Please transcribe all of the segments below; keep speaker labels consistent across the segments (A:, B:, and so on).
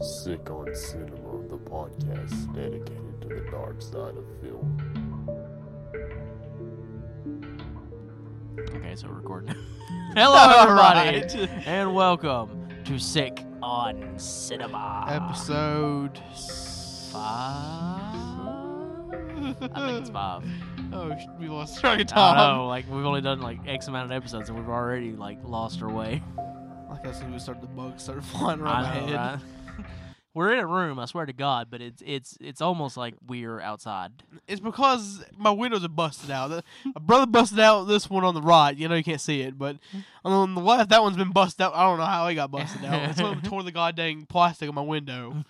A: Sick on Cinema, the podcast dedicated to the dark side of film.
B: Okay, so recording. Hello, everybody, and welcome to Sick on Cinema.
C: Episode s-
B: five. I think it's five.
C: Oh, sh- we lost track of
B: I
C: time.
B: don't know. Like we've only done like X amount of episodes, and we've already like lost our way.
C: Like I said, we started the bugs started flying around my
B: I know,
C: head.
B: right? We're in a room, I swear to God, but it's it's it's almost like we're outside.
C: It's because my windows are busted out. The- My brother busted out this one on the right. You know you can't see it, but on the left, that one's been busted out. I don't know how he got busted out. It's one tore the goddamn plastic on my window.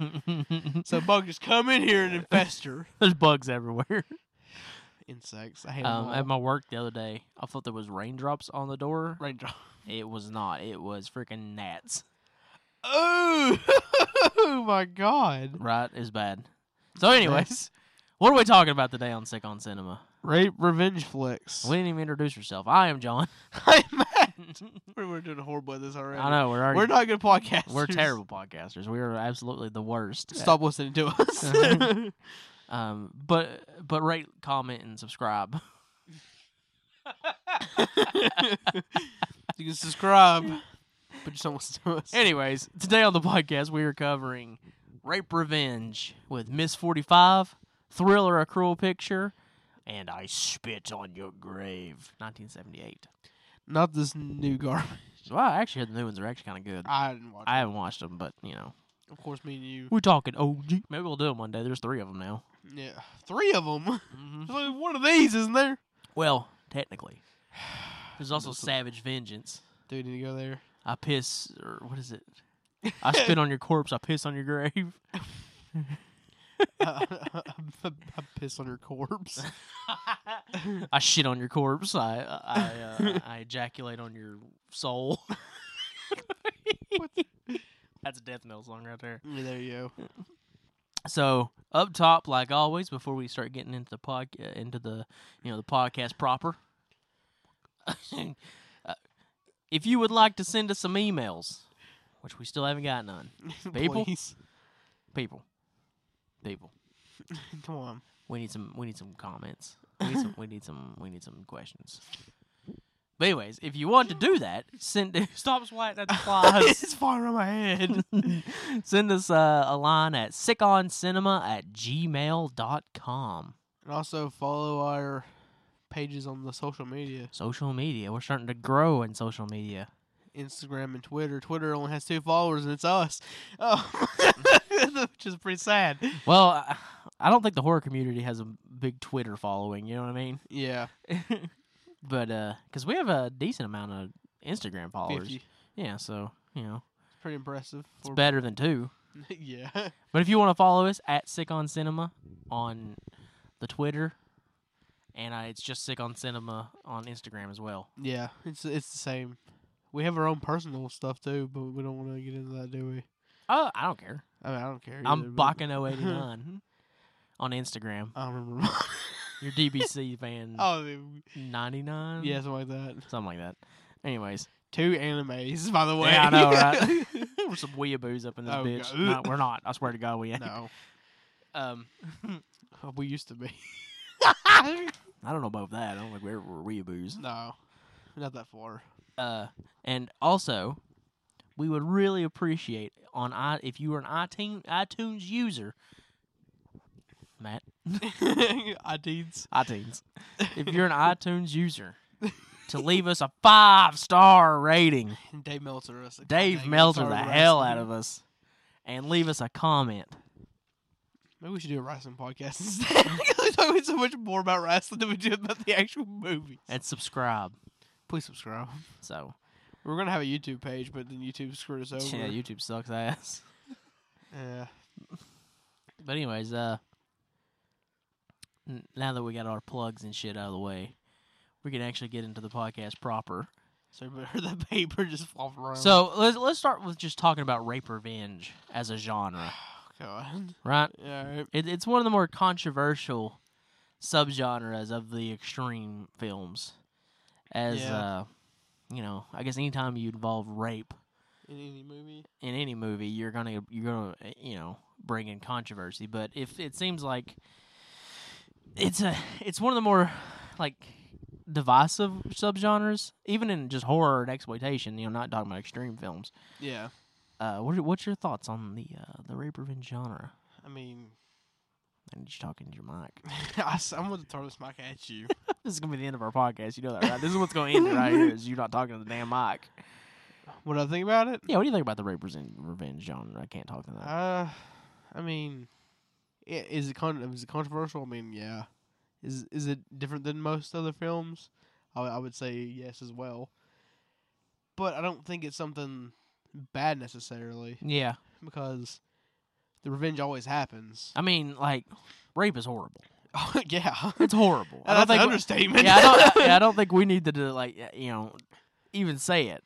C: So bugs just come in here and infester
B: There's bugs everywhere.
C: insects. I hate them
B: Um,
C: all.
B: at my work the other day, I thought there was raindrops on the door.
C: Raindrop.
B: It was not. It was freaking gnats.
C: Oh, oh my god!
B: Right is bad. So, anyways, what are we talking about today on Sick on Cinema?
C: Rape revenge flicks.
B: We didn't even introduce yourself. I am John.
C: I'm mad. We We're doing horrible at this already.
B: I know we're already
C: We're not good podcasters.
B: we're terrible podcasters. We are absolutely the worst.
C: Stop listening to us.
B: Uh-huh. Um, but but rate, comment, and subscribe.
C: you can subscribe, but just don't listen to us.
B: Anyways, today on the podcast we are covering rape revenge with Miss Forty Five, Thriller, A Cruel Picture, and I Spit on Your Grave, nineteen seventy eight.
C: Not this new garbage.
B: Well, I actually heard the new ones are actually kind of good.
C: I didn't watch. it.
B: I haven't watched them, but you know.
C: of course, me and you.
B: We're talking OG. Maybe we'll do them one day. There's three of them now.
C: Yeah, three of them.
B: Mm. Mm-hmm.
C: There's only one of these, isn't there?
B: Well, technically, there's also Savage Vengeance.
C: Do we need to go there?
B: I piss, or what is it? I spit on your corpse. I piss on your grave.
C: I, I, I, I piss on your corpse.
B: I shit on your corpse. I I, uh, I ejaculate on your soul. That's a death metal song right there.
C: Yeah, there you go.
B: So up top, like always, before we start getting into the pod, uh, into the you know the podcast proper, uh, if you would like to send us some emails, which we still haven't got none, People?
C: Please.
B: people, people,
C: come on.
B: we need some we need some comments. We need some we need some we need some questions. But anyways, if you want to do that, send stop swatting at the flies.
C: it's flying around my head.
B: send us uh, a line at sickoncinema at gmail.com.
C: And also follow our pages on the social media
B: Social media. We're starting to grow in social media.
C: Instagram and Twitter. Twitter only has two followers, and it's us. Oh. Which is pretty sad.
B: Well, I- I don't think the horror community has a big Twitter following. You know what I mean?
C: Yeah.
B: but uh, because we have a decent amount of Instagram followers.
C: 50. It's
B: Yeah, so you know
C: pretty impressive.
B: it's
C: for-
B: better than two.
C: yeah.
B: But if you want to follow us at Sick on Cinema on the Twitter, and I, it's just Sick on Cinema on Instagram as well.
C: Yeah. It's it's the same. We have our own personal stuff too, but we don't want to get into that, do we?
B: Oh, I don't care.
C: I mean, I don't care. either,
B: I'm
C: but-
B: Bakken089 on Instagram.
C: I don't remember. mine.
B: Your DBC fan
C: oh, the-
B: 99?
C: yeah, something like that.
B: Something like that. Anyways.
C: Two animes, by the way.
B: Yeah, I know, right? We're some weeaboos up in this
C: Oh,
B: bitch.
C: God.
B: No, we're not. I swear to God, we ain't.
C: no, Oh,
B: Um,
C: we used to be.
B: I don't know about that. I don't think we ever were weeaboos.
C: No, not that far.
B: Uh, and also, we would really appreciate on i if you were an iTunes iTunes user, Matt
C: iTunes.
B: iTunes. if you're an iTunes user, to leave us a five star rating.
C: Dave Meltzer. Us
B: Dave Meltzer the hell out of us, and leave us a comment.
C: Maybe we should do a wrestling podcast instead. 'Cause we talk so much more about wrestling than we do about the actual movies.
B: and subscribe.
C: Please subscribe.
B: So
C: We're gonna have a YouTube page, but then YouTube screwed us over.
B: yeah, YouTube sucks ass.
C: Yeah.
B: But anyways, uh, n- now that we got our plugs and shit out of the way, we can actually get into the podcast proper.
C: So everybody heard the paper just flop around.
B: So let's let's start with just talking about rape revenge as a genre,
C: God.
B: right?
C: Yeah. all right.
B: It, it's one of the more controversial subgenres of the extreme films, as
C: Yeah.
B: uh, you know, I guess anytime you involve rape,
C: in any movie.
B: in any movie you're gonna you're gonna uh, you know bring in controversy but if it seems like it's a it's one of the more like divisive subgenres even in just horror and exploitation you know not talking about extreme films
C: Yeah,
B: uh what are, what's your thoughts on the uh the rape revenge genre
C: I mean,
B: and just talking to your mic
C: I, am gonna throw this mic at you.
B: this is gonna be the end of our podcast you know that right this is what's gonna end it right here is you not talking to the damn mic
C: what do I think about it?
B: yeah what do you think about the rape resen- revenge genre i can't talk to that
C: Uh, I mean, i- is it con- is it controversial? I mean, yeah. Is is it different than most other films? I, w- I would say yes as well. But I don't think it's something bad necessarily
B: yeah
C: because the revenge always happens.
B: i mean like rape is horrible
C: yeah,
B: It's horrible. I don't
C: that's an
B: think.
C: understatement.
B: yeah, I don't, yeah, I don't think we need to do, like uh, you know, even say it.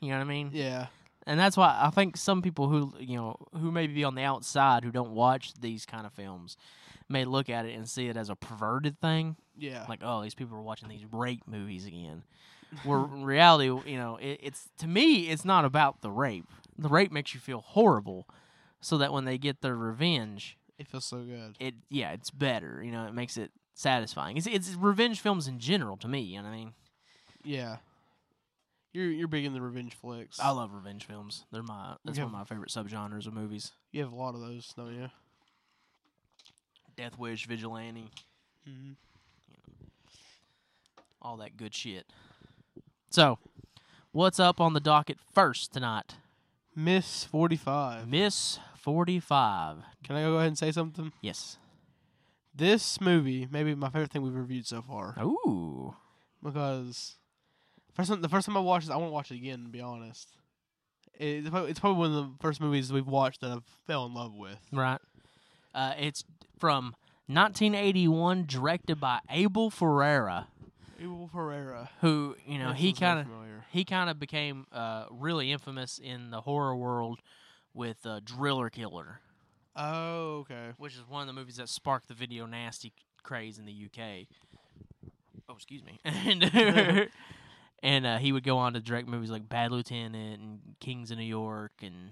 B: You know what I mean?
C: yeah,
B: And that's why I think some people who you know who may be on the outside who don't watch these kind of films may look at it and see it as a perverted thing.
C: yeah.
B: Like, oh, these people are watching these rape movies again. Where in reality, you know, it, it's to me, it's not about the rape. The rape makes you feel horrible, so that when they get their revenge,
C: it feels so good.
B: it yeah, it's better. You know, it makes it satisfying. It's it's revenge films in general to me. You know what I mean?
C: Yeah, you're you're big in the revenge flicks.
B: I love revenge films. They're my that's
C: Yeah.
B: one of my favorite subgenres of movies.
C: you have a lot of those, don't you?
B: Death Wish, Vigilante,
C: Mm-hmm.
B: all that good shit. So, what's up on the docket first tonight?
C: Miss forty five.
B: Miss Forty Five.
C: Can I go ahead and say something?
B: Yes.
C: This movie may be my favorite thing we've reviewed so far
B: Ooh.
C: because first time, the first time I watched this, I want to watch it again. To be honest, It- it's probably, it's probably one of the first movies we've watched that I fell in love with.
B: Right. Uh, it's from 1981, directed by Abel Ferrara,
C: Abel Ferreira.
B: who you know
C: That
B: he
C: sounds very
B: kind of
C: familiar.
B: he kind of became uh, really infamous in the horror world with uh, Driller Killer,
C: Oh, okay.
B: which is one of the movies that sparked the video nasty craze in the UK. Oh, excuse me. And and uh, he would go on to direct movies like Bad Lieutenant and Kings of New York and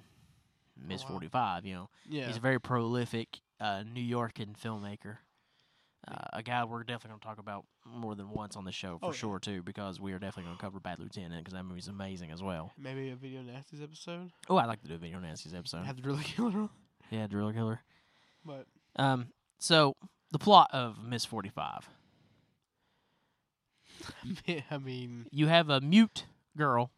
B: Miss
C: Oh, wow.
B: 45. You know,
C: Yeah.
B: he's a very prolific uh, New Yorkan filmmaker. Uh, a guy we're definitely going to talk about more than once on the show for
C: Oh, yeah.
B: sure too, because we are definitely going to cover Bad Lieutenant because that movie's amazing as well.
C: Maybe a video nasties episode.
B: Oh, I'd like to do a video Nancy's episode.
C: Have the driller killer on.
B: Yeah, Driller Killer.
C: But
B: Um, so the plot of Miss Forty Five:
C: I mean,
B: you have a mute girl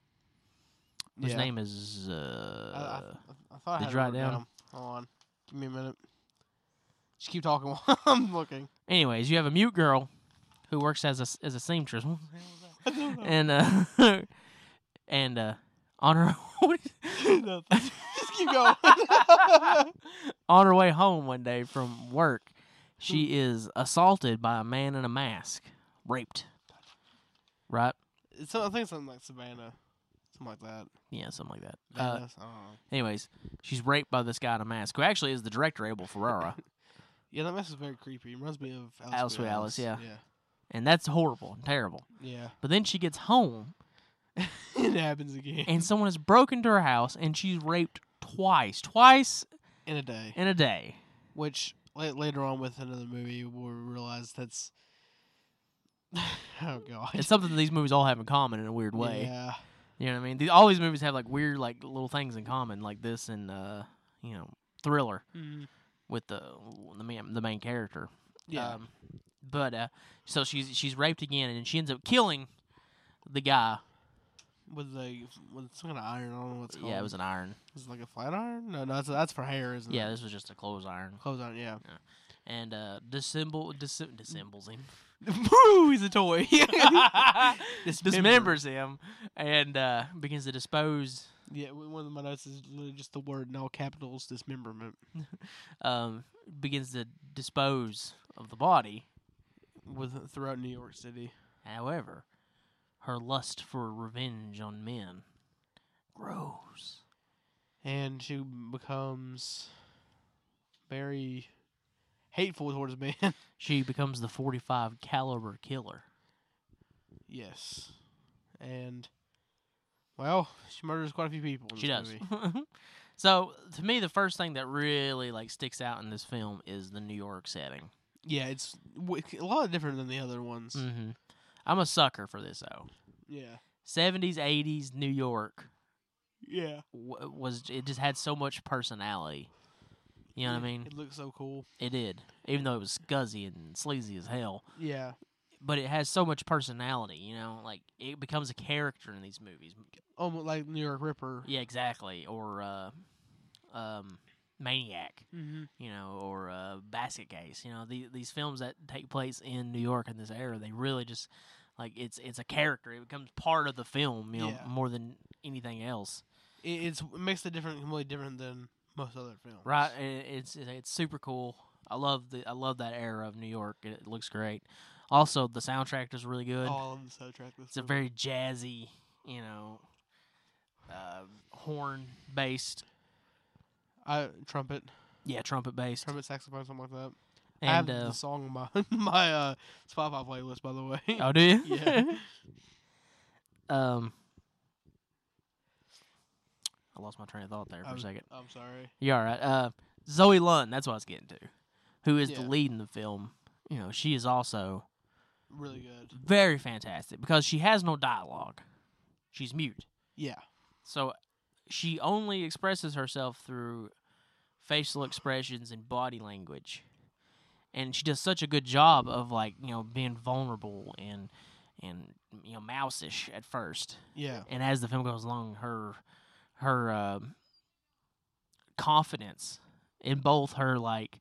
B: whose
C: yeah.
B: name is
C: I, I,
B: uh,
C: I thought I
B: did
C: had
B: you write
C: it written
B: down?
C: Hold on. Give me a minute. Just keep talking while I'm looking.
B: anyways, you have a mute girl who works as a s- as a seamstress,
C: Oh. I don't know.
B: and uh, and uh, on her
C: Nothing. Just keep going.
B: on her way home one day from work,
C: Hmm.
B: she is assaulted by a man in a mask, raped. Right?
C: It's some- I think it's something like Savannah, something like that.
B: Yeah, something like that. Uh,
C: Vanessa, I don't know.
B: Anyways, she's raped by this guy in a mask, who actually is the director Abel Ferrara,
C: Yeah, that mess is very creepy. It reminds me of Alice,
B: Alice
C: Through
B: with Alice, yeah.
C: yeah,
B: and that's horrible and terrible.
C: yeah.
B: But then she gets home,
C: it happens again
B: and someone has broken into her house, and she's raped twice, twice
C: in a day.
B: in a day.
C: Which la- later on with another movie, we'll realize that's oh god,
B: It's something that these movies all have in common in a weird way.
C: Yeah,
B: You know what I mean? The, all these movies have like weird, like little things in common, like this and uh, you know, Thriller
C: Mm,
B: with the the main, the main character.
C: yeah.
B: Um, but uh, so she's she's raped again, and she ends up killing the guy.
C: with the with some kind of iron. I don't know what's called.
B: Yeah, it was an iron.
C: Is it like a flat iron. No, no, that's that's for hair, isn't
B: Yeah,
C: it?
B: this was just a clothes iron.
C: clothes iron. Yeah,
B: and uh dissemble dis- dissembles him
C: Woo, he's a toy.
B: dismembers him and uh begins to dispose
C: Yeah, w- one of my notes is literally just the word in all capitals dismemberment.
B: um begins to dispose of the body
C: With throughout New York City.
B: however her lust for revenge on men grows
C: And she becomes very hateful towards men.
B: she becomes the 45 caliber killer
C: yes. And Well, she murders quite a few people. in
B: She
C: this
B: does.
C: movie.
B: so to me, the first thing that really like sticks out in this film is the New York setting.
C: Yeah, it's w- a lot different than the other ones.
B: hmm I'm a sucker for this though.
C: Yeah,
B: 70s, 80s New York
C: yeah.
B: w- was it just had so much personality. You know what I
C: Yeah,
B: mean?
C: It looks so cool.
B: It did, even though it was scuzzy and sleazy as hell.
C: Yeah,
B: But it has so much personality. You know, like it becomes a character in these movies.
C: almost like New York Ripper.
B: Yeah, exactly. Or uh, um, Maniac.
C: hmm
B: you know, or uh, Basket Case. You know, the, these films that take place in New York in this era, they really just like it's it's a character. It becomes part of the film, you know,
C: Yeah.
B: more than anything else.
C: It, it's it makes it different, completely different than most other films.
B: Right? I- It's it's super cool. I love the I love that era of New York. It, it looks great. Also, the soundtrack is really good.
C: All on the soundtrack.
B: it's a very jazzy, you know, uh, horn based.
C: I trumpet,
B: Yeah, trumpet based.
C: trumpet saxophone, something like that. I have
B: And uh,
C: the song on my my uh, Spotify playlist, by the way.
B: Oh, do you?
C: Yeah.
B: um, I lost my train of thought there for
C: Um,
B: a second.
C: I'm sorry.
B: You all right? Uh, Zoe Lund. That's what I was getting to. Who is the
C: Yeah.
B: lead in the film? You know, she is also
C: Really good.
B: very fantastic because she has no dialogue. She's mute,
C: Yeah.
B: so she only expresses herself through facial expressions and body language. And she does such a good job of like you know being vulnerable and and you know mouseish at first,
C: Yeah.
B: and as the film goes along, her her um confidence in both her like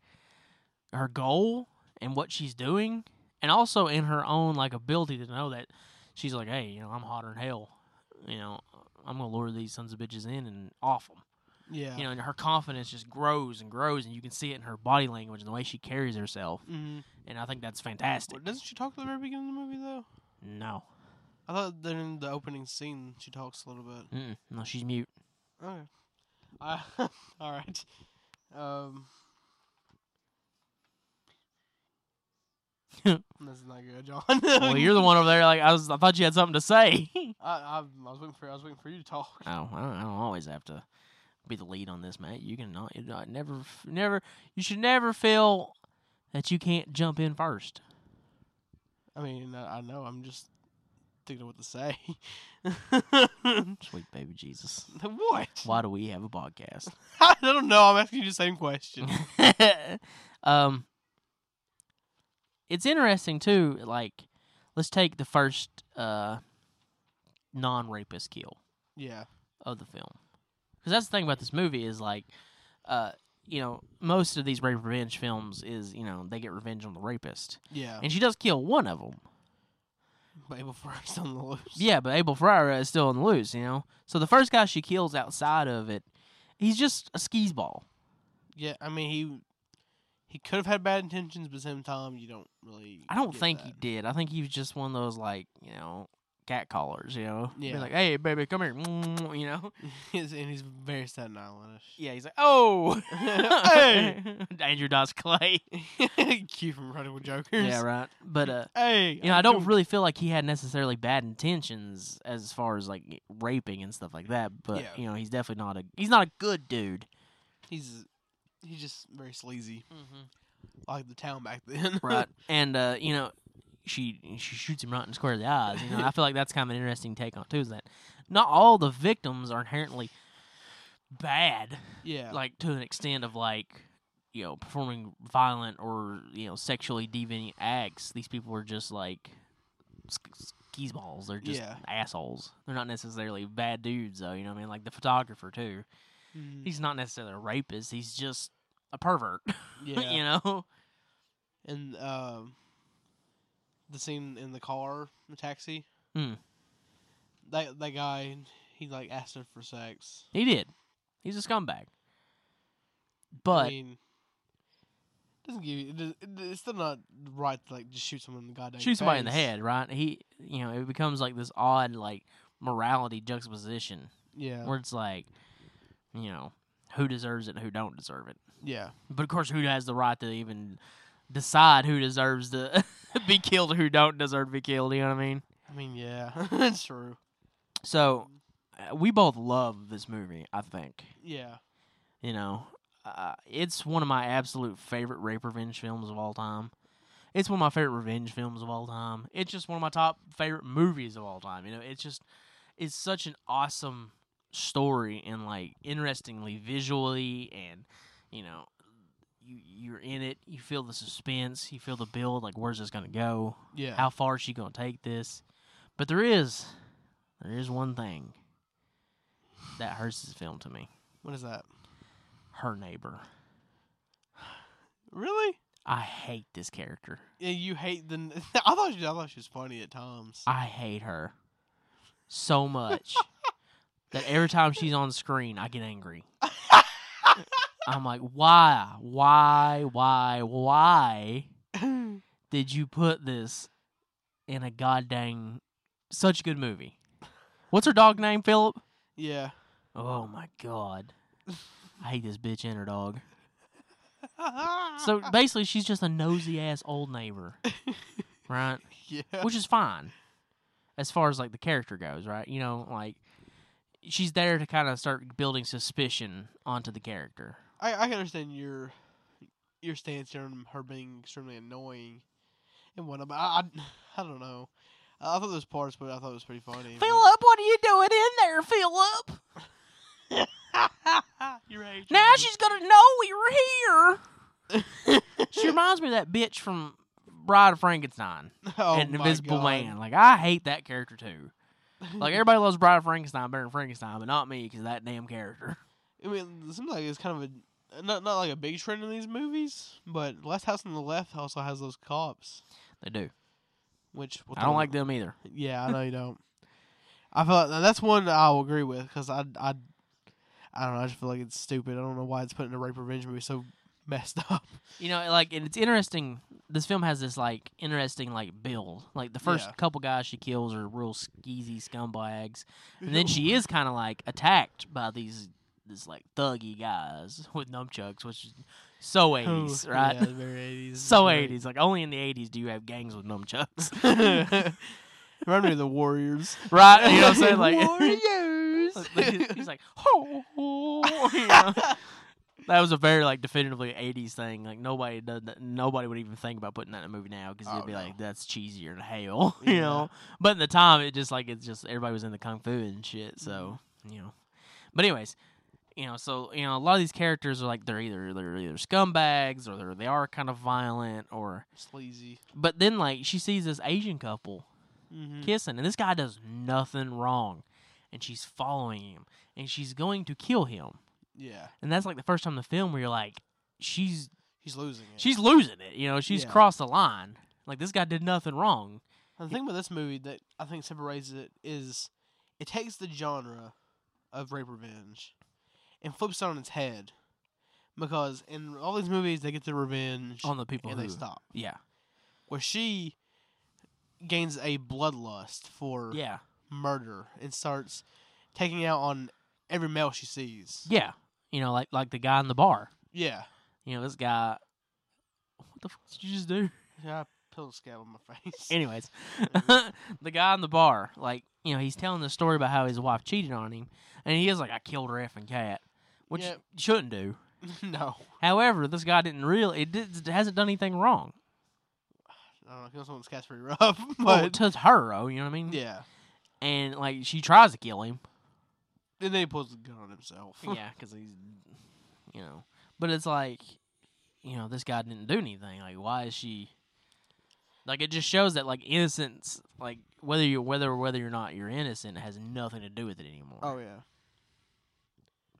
B: her goal and what she's doing, and also in her own like ability to know that she's like, hey, you know, I'm hotter than hell. You know, I'm gonna lure these sons of bitches in and off them.
C: Yeah.
B: You know, and her confidence just grows and grows, and you can see it in her body language and the way she carries herself.
C: hmm
B: And I think that's fantastic.
C: Well, doesn't she talk at the very beginning of the movie though?
B: No,
C: I thought that in the opening scene she talks a little bit.
B: Mm-mm. no, she's mute.
C: Okay. Uh, all right. Um. That's not good, John.
B: Well, you're the one over there. Like I was, I thought you had something to say.
C: I, I, I was waiting for I was waiting for you to talk.
B: Oh, I don't, I don't always have to be the lead on this, mate. You can not, you not never, f- never. You should never feel that you can't jump in first.
C: I mean, I, I know. I'm just thinking of what to say.
B: Sweet baby Jesus,
C: what?
B: why do we have a podcast?
C: I don't know. I'm asking you the same question.
B: um, it's interesting too. Like, let's take the first uh non-rapist kill.
C: yeah.
B: of the film. Because that's the thing about this movie is like, uh, you know, most of these rape revenge films is you know they get revenge on the rapist,
C: Yeah.
B: and she does kill one of them.
C: But Abel Ferrari's on the loose.
B: Yeah, but Abel Ferrara is still on the loose, you know. So the first guy she kills outside of it, he's just a skis ball.
C: Yeah. I mean, he he could have had bad intentions, but at the same time, you don't really.
B: I don't
C: get
B: think
C: that.
B: he did. I think he was just one of those like you know cat callers, you know. Be
C: Yeah.
B: like, hey baby, come here, you know.
C: He's, and he's very Staten Islandish.
B: Yeah, he's like, oh,
C: Hey!
B: Andrew Dice Clay.
C: Cue from Running Jokers.
B: yeah, right. But uh,
C: Hey,
B: you know, I don't really feel like he had necessarily bad intentions as far as like raping and stuff like that. But
C: Yeah.
B: you know, he's definitely not a he's not a good dude.
C: He's he's just very sleazy,
B: Mm-hmm.
C: like the town back then.
B: Right, and uh, you know, she she shoots him right in the square of the eyes. You know, I feel like that's kind of an interesting take on it, too. Is that not all the victims are inherently bad,
C: yeah.
B: like to an extent of like you know performing violent or you know sexually deviant acts. These people are just like sk- skis balls. They're just
C: Yeah.
B: assholes. They're not necessarily bad dudes though. You know what I mean? Like the photographer too.
C: Mhm.
B: He's not necessarily a rapist. He's just a pervert.
C: yeah.
B: you know?
C: And um, the scene in the car, the taxi.
B: Hmm.
C: That that guy, he like asked her for sex.
B: He did. He's a scumbag.
C: I
B: But
C: mean, doesn't give you. It, does- it- it's still not right to like just shoot someone in the goddamn.
B: shoot somebody in the
C: face.
B: head, right? He, you know, it becomes like this odd like morality juxtaposition
C: Yeah.
B: where it's like, you know, who deserves it and who don't deserve it.
C: yeah.
B: But of course, who has the right to even decide who deserves to be killed or who don't deserve to be killed? You know what I mean?
C: I mean, yeah. it's true.
B: So uh, we both love this movie. I think
C: Yeah.
B: you know uh, it's one of my absolute favorite rape revenge films of all time. It's one of my favorite revenge films of all time. It's just one of my top favorite movies of all time. You know, it's just it's such an awesome story and like interestingly visually and you know you you're in it. You feel the suspense. You feel the build. Like where's this gonna go?
C: Yeah.
B: how far is she gonna take this? But there is, there is one thing that hurts this film to me.
C: What is that?
B: Her neighbor.
C: Really?
B: I hate this character.
C: Yeah, you hate the. I thought she, I thought she was funny at times.
B: I hate her so much that every time she's on screen, I get angry. I'm like, why, why, why, why did you put this in a goddamn such a good movie? What's her dog name, Philip?
C: yeah.
B: Oh my god. I hate this bitch and her dog. So basically she's just a nosy ass old neighbor. Right?
C: yeah.
B: Which is fine. As far as like the character goes, right? You know, like she's there to kind of start building suspicion onto the character.
C: I, I can understand your your stance on her being extremely annoying and whatnot. But I, I, I don't know. I thought those parts, but I thought it was pretty funny. but-
B: Philip, what are you doing in there, Philip?
C: You're right.
B: Now she's gonna know we were here. she reminds me of that bitch from Bride of Frankenstein.
C: oh
B: and
C: my
B: Invisible
C: God.
B: Man. Like I hate that character too. Like everybody loves Bride of Frankenstein better than Frankenstein, but not me because that damn character.
C: I mean, it seems like it's kind of a not not like a big trend in these movies, but Last House on the Left also has those cops,
B: They do.
C: which we'll
B: I don't
C: talk
B: like them either.
C: Yeah, I know you don't. I feel like, that's one I'll agree with because I, I, I don't know. I just feel like it's stupid. I don't know why it's put in a rape revenge movie so messed up.
B: You know, like and it's interesting. This film has this like interesting like build. Like the first
C: Yeah.
B: couple guys she kills are real skeezy scumbags, and then she is kind of like attacked by these this like thuggy guys with nunchucks, which is so eighties,
C: Oh,
B: right?
C: Yeah, very eighties.
B: So eighties. Like only in the eighties do you have gangs with nunchucks,
C: Remember the Warriors.
B: right? You know what I'm saying? Like.
C: Warriors.
B: he's like, oh, you know? that was a very like definitively '80s thing. Like nobody does that, nobody would even think about putting that in a movie now because
C: Oh,
B: it'd be
C: no.
B: like that's cheesier than hell,
C: Yeah.
B: you know. But in the time, it just like it's just everybody was into kung fu and shit, so you know. But anyways, you know, so you know, a lot of these characters are like they're either they're either scumbags or they're they are kind of violent or.
C: Sleazy.
B: But then like she sees this Asian couple
C: Mm-hmm.
B: kissing, and this guy does nothing wrong, and she's following him, and she's going to kill him,
C: Yeah,
B: and that's like the first time in the film where you're like, she's
C: he's losing it.
B: she's losing it, you know, she's
C: Yeah.
B: crossed the line. Like this guy did nothing wrong.
C: the thing about this movie that I think separates it is it takes the genre of rape revenge and flips it on its head because in all these movies they get their revenge
B: On the people
C: and
B: who,
C: they stop.
B: yeah,
C: where she gains a bloodlust for
B: yeah,
C: murder and starts taking out on every male she sees.
B: yeah, you know, like like the guy in the bar,
C: Yeah.
B: you know, this guy. What the fuck did you just do?
C: Yeah, I pillow scab on my face.
B: Anyways, the guy in the bar, like, you know, he's telling the story about how his wife cheated on him, and he is like, I killed her effing cat, which
C: Yep.
B: you shouldn't do.
C: no.
B: However, this guy didn't real it, did, it hasn't done anything wrong.
C: I don't know, killing someone's cat's pretty rough. But
B: Well, to her, oh, you know what I mean?
C: yeah.
B: And like she tries to kill him.
C: And then he pulls the gun on himself.
B: yeah, because he's, you know, but it's like, you know, this guy didn't do anything. Like, why is she? Like, it just shows that like innocence, like whether you whether whether or not you're innocent, has nothing to do with it anymore.
C: Oh yeah.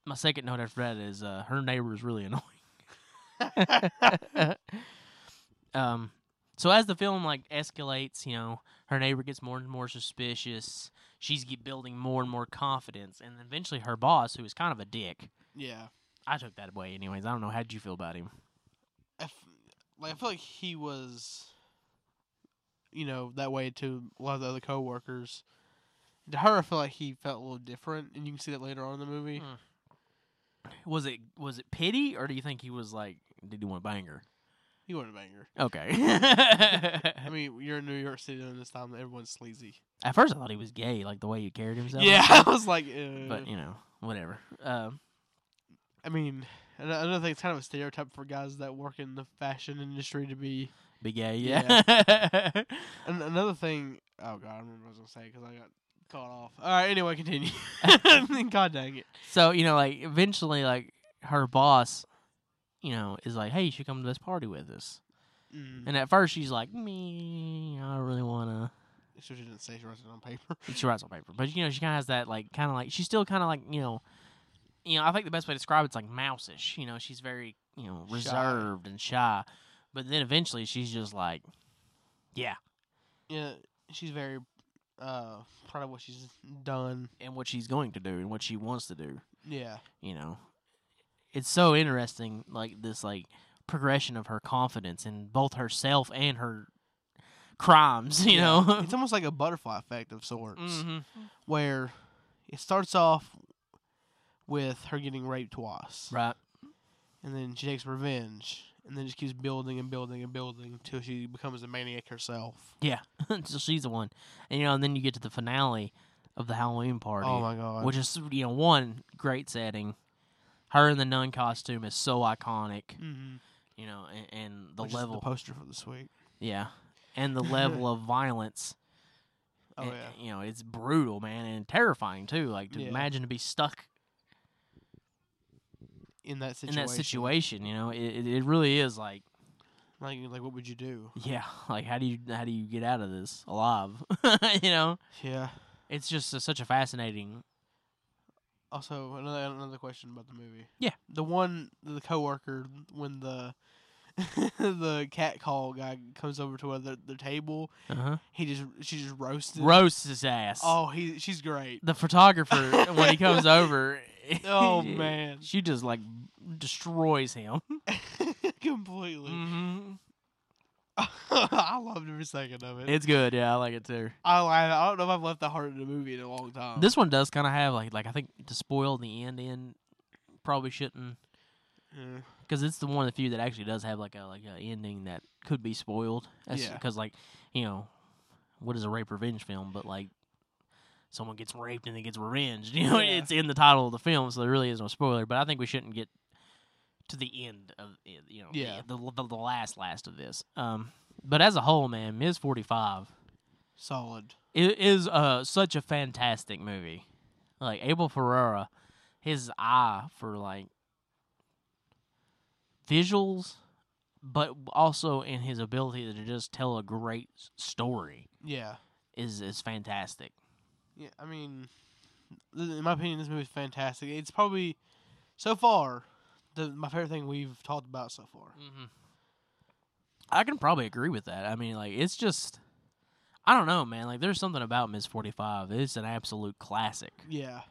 B: My second note after that is uh, her neighbor is really annoying. um, so as the film like escalates, you know, her neighbor gets more and more suspicious. She's get building more and more confidence, and eventually her boss, who is kind of a dick,
C: Yeah.
B: I took that away. Anyways, I don't know. How'd you feel about him?
C: I f- like I feel like he was you know, that way to a lot of the other coworkers. To her I feel like he felt a little different and you can see that later on in the movie.
B: Mm. Was it was it pity, or do you think he was like, did he want to bang her?
C: He wasn't a banger.
B: Okay.
C: I mean, you're in New York City during this time. Everyone's sleazy.
B: At first, I thought he was gay, like the way he carried himself. and
C: yeah, I
B: stuff,
C: was like,
B: but
C: uh,
B: you know, whatever. Um,
C: I mean, and I don't think it's kind of a stereotype for guys that work in the fashion industry to be.
B: be gay, yeah.
C: And another thing, oh god, I remember what I was gonna say because I got caught off. All right, anyway, continue. god dang it.
B: so you know, like eventually, like her boss, you know, is like, "Hey, you should come to this party with us."
C: Mm.
B: And at first, she's like, "Me, I don't really wanna."
C: So she didn't say she wrote it on paper.
B: She writes on paper, but you know, she kind of has that like, kind of like, she's still kind of like, you know, you know. I think the best way to describe it's like mouseish. You know, she's very, you know,
C: Shy.
B: reserved and shy. But then eventually, she's just like, "Yeah,"
C: Yeah, she's very uh, proud of what she's done.
B: and what she's going to do and what she wants to do.
C: Yeah.
B: you know it's so interesting like this like progression of her confidence in both herself and her crimes you
C: Yeah. Mm-hmm.
B: know
C: it's almost like a butterfly effect of sorts,
B: Mhm.
C: where it starts off with her getting raped twice,
B: right
C: and then she takes revenge, and then just keeps building and building and building until she becomes a maniac herself.
B: yeah so she's the one and you know and then you get to the finale of the halloween party
C: Oh my god!
B: which is you know one great setting her in the nun costume is so iconic
C: hmm
B: you know and, and the
C: which
B: level
C: is the poster for this week.
B: yeah and the level of violence
C: Oh
B: and-
C: yeah,
B: you know it's brutal man and terrifying too like to
C: Yeah.
B: imagine to be stuck
C: in that situation.
B: in that situation, you know, it, it, it really is like,
C: like, like what would you do?
B: yeah, like how do you how do you get out of this alive? you know,
C: Yeah.
B: it's just a, such a fascinating.
C: Also, another another question about the movie.
B: Yeah.
C: the one the coworker when the the cat call guy comes over to the, the table,
B: Uh-huh.
C: he just she just roasted.
B: Roasts his ass.
C: Oh, he she's great.
B: The photographer when he comes over.
C: Oh, man.
B: she just like destroys him.
C: Completely.
B: Mm-hmm.
C: I loved every second of it.
B: It's good, yeah, I like it too.
C: I I I don't know if I've left the heart of the movie in a long time.
B: This one does kind of have like like I think to spoil the end end probably shouldn't
C: Yeah.
B: because it's the one of the few that actually does have like a like a ending that could be spoiled. That's
C: Yeah.
B: Because like you know, what is a rape revenge film? But like someone gets raped and then gets revenged. You know,
C: Yeah.
B: it's in the title of the film, so there really is no spoiler. But I think we shouldn't get to the end of it, you know
C: Yeah.
B: the, the the last last of this. Um, but as a whole, man, Ms. Forty Five
C: solid.
B: it is uh such a fantastic movie. Like Abel Ferrara, his eye for like visuals, but also in his ability to just tell a great s- story
C: Yeah.
B: is is fantastic.
C: Yeah. I mean, th- in my opinion, this movie's fantastic. It's probably so far the my favorite thing we've talked about so far.
B: Mm-hmm. I can probably agree with that. I mean, like it's just. I don't know, man. Like, there's something about Miss 45. It's an absolute classic.
C: Yeah.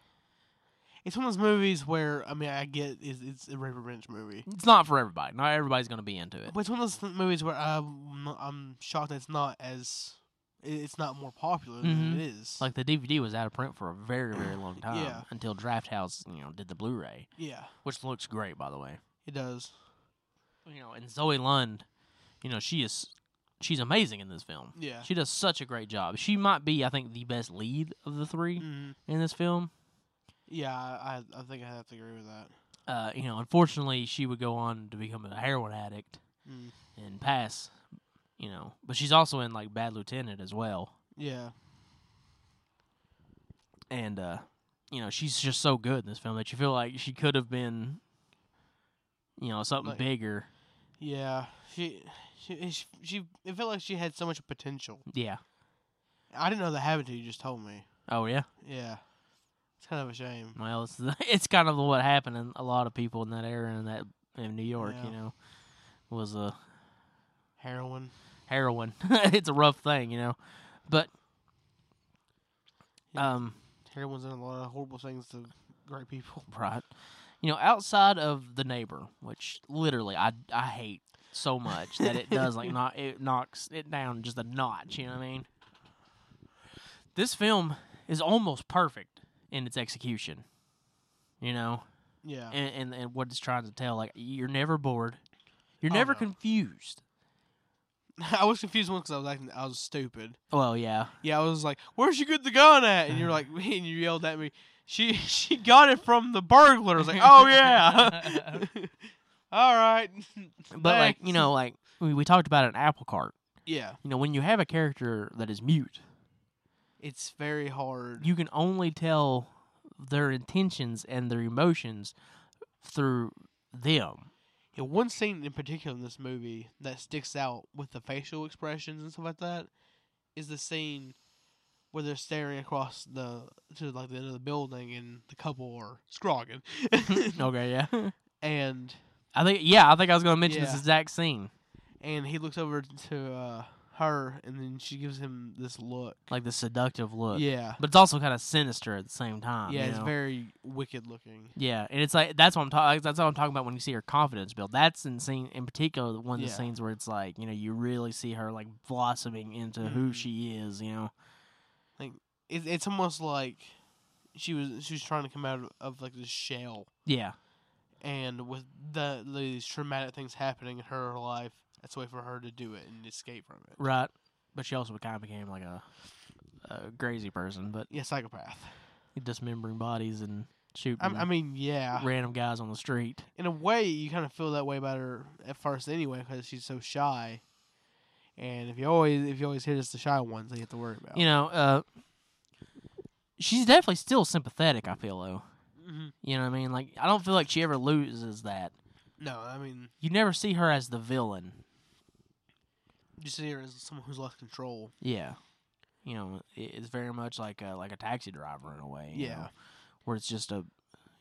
C: It's one of those movies where I mean I get it's, it's a rape revenge movie,
B: It's not for everybody. Not everybody's going to be into it.
C: but it's one of those th- movies where I'm not- I'm shocked that it's not as i- it's not more popular than it is.
B: Mm-hmm. Like the DVD was out of print for a very, very long time
C: Yeah.
B: until Draft House, you know, did the Blu-ray,
C: yeah,
B: which looks great, by the way.
C: it does.
B: You know, and Zoe Lund, you know, she is she's amazing in this film.
C: Yeah.
B: She does such a great job. She might be, I think, the best lead of the three
C: Mm,
B: in this film.
C: yeah, I I I think I have to agree with that.
B: Uh, you know, unfortunately, she would go on to become a heroin addict
C: Mm,
B: and pass. You know, but she's also in like Bad Lieutenant as well.
C: yeah,
B: and uh you know she's just so good in this film that you feel like she could have been you know something
C: Like-
B: bigger
C: yeah. She, she she she it felt like she had so much potential.
B: yeah
C: I didn't know that happened to you. Just told me.
B: oh yeah
C: Yeah, it's kind of a shame.
B: well it's it's kind of what happened in a lot of people in that era in that in new york
C: Yeah.
B: you know was a
C: Heroin.
B: heroin it's a rough thing you know but
C: Yeah.
B: um
C: Heroin's done a lot of horrible things to great people.
B: right you know outside of the neighbor which literally i i hate so much that it does like not it knocks it down just a notch you know what i mean this film is almost perfect in its execution you know
C: Yeah.
B: and and, and what it's trying to tell like you're never bored you're
C: Oh,
B: never
C: no.
B: confused
C: I was confused once because I was acting, I was stupid.
B: Well, yeah.
C: Yeah, I was like, "Where'd you get the gun at?" And you're like, and you yelled at me. She she got it from the burglar. I was like, "Oh yeah." All right.
B: But like you
C: Thanks.
B: know, like we, we talked about an apple cart.
C: yeah,
B: You know, when you have a character that is mute,
C: it's very hard.
B: you can only tell their intentions and their emotions through them.
C: Yeah, one scene in particular in this movie that sticks out with the facial expressions and stuff like that is the scene where they're staring across the to like the end of the building and the couple are scrogging.
B: okay, yeah.
C: and
B: I think yeah, I think I was gonna mention this
C: Yeah.
B: exact scene,
C: and he looks over to uh, her and then she gives him this look.
B: like the seductive look.
C: Yeah.
B: But it's also kind of sinister at the same time.
C: Yeah,
B: you
C: it's
B: know?
C: very wicked looking.
B: Yeah, and it's like that's what I'm talking. That's what I'm talking about when you see her confidence build. That's in scene in particular the- one of the
C: Yeah.
B: scenes where it's like you know you really see her like blossoming into who
C: Mhm.
B: she is. You know,
C: It, it's almost like she was she was trying to come out of, of like this shell
B: yeah,
C: and with the these traumatic things happening in her life, that's a way for her to do it and escape from it.
B: right. But she also kind of became like a, a crazy person, but
C: Yeah, psychopath.
B: dismembering bodies and shooting
C: I, I mean, yeah.
B: random guys on the street.
C: In a way, you kind of feel that way about her at first anyway because she's so shy. And if you always if you always hit us the shy ones, that you have to worry about.
B: You know, uh, she's definitely still sympathetic. I feel though.
C: Mhm.
B: You know what I mean? Like I don't feel like she ever loses that.
C: No, I mean,
B: You never see her as the villain.
C: you see her as someone who's lost control.
B: Yeah. You know, i- it's very much like a like a taxi driver in a way. you
C: Yeah.
B: know, where it's just a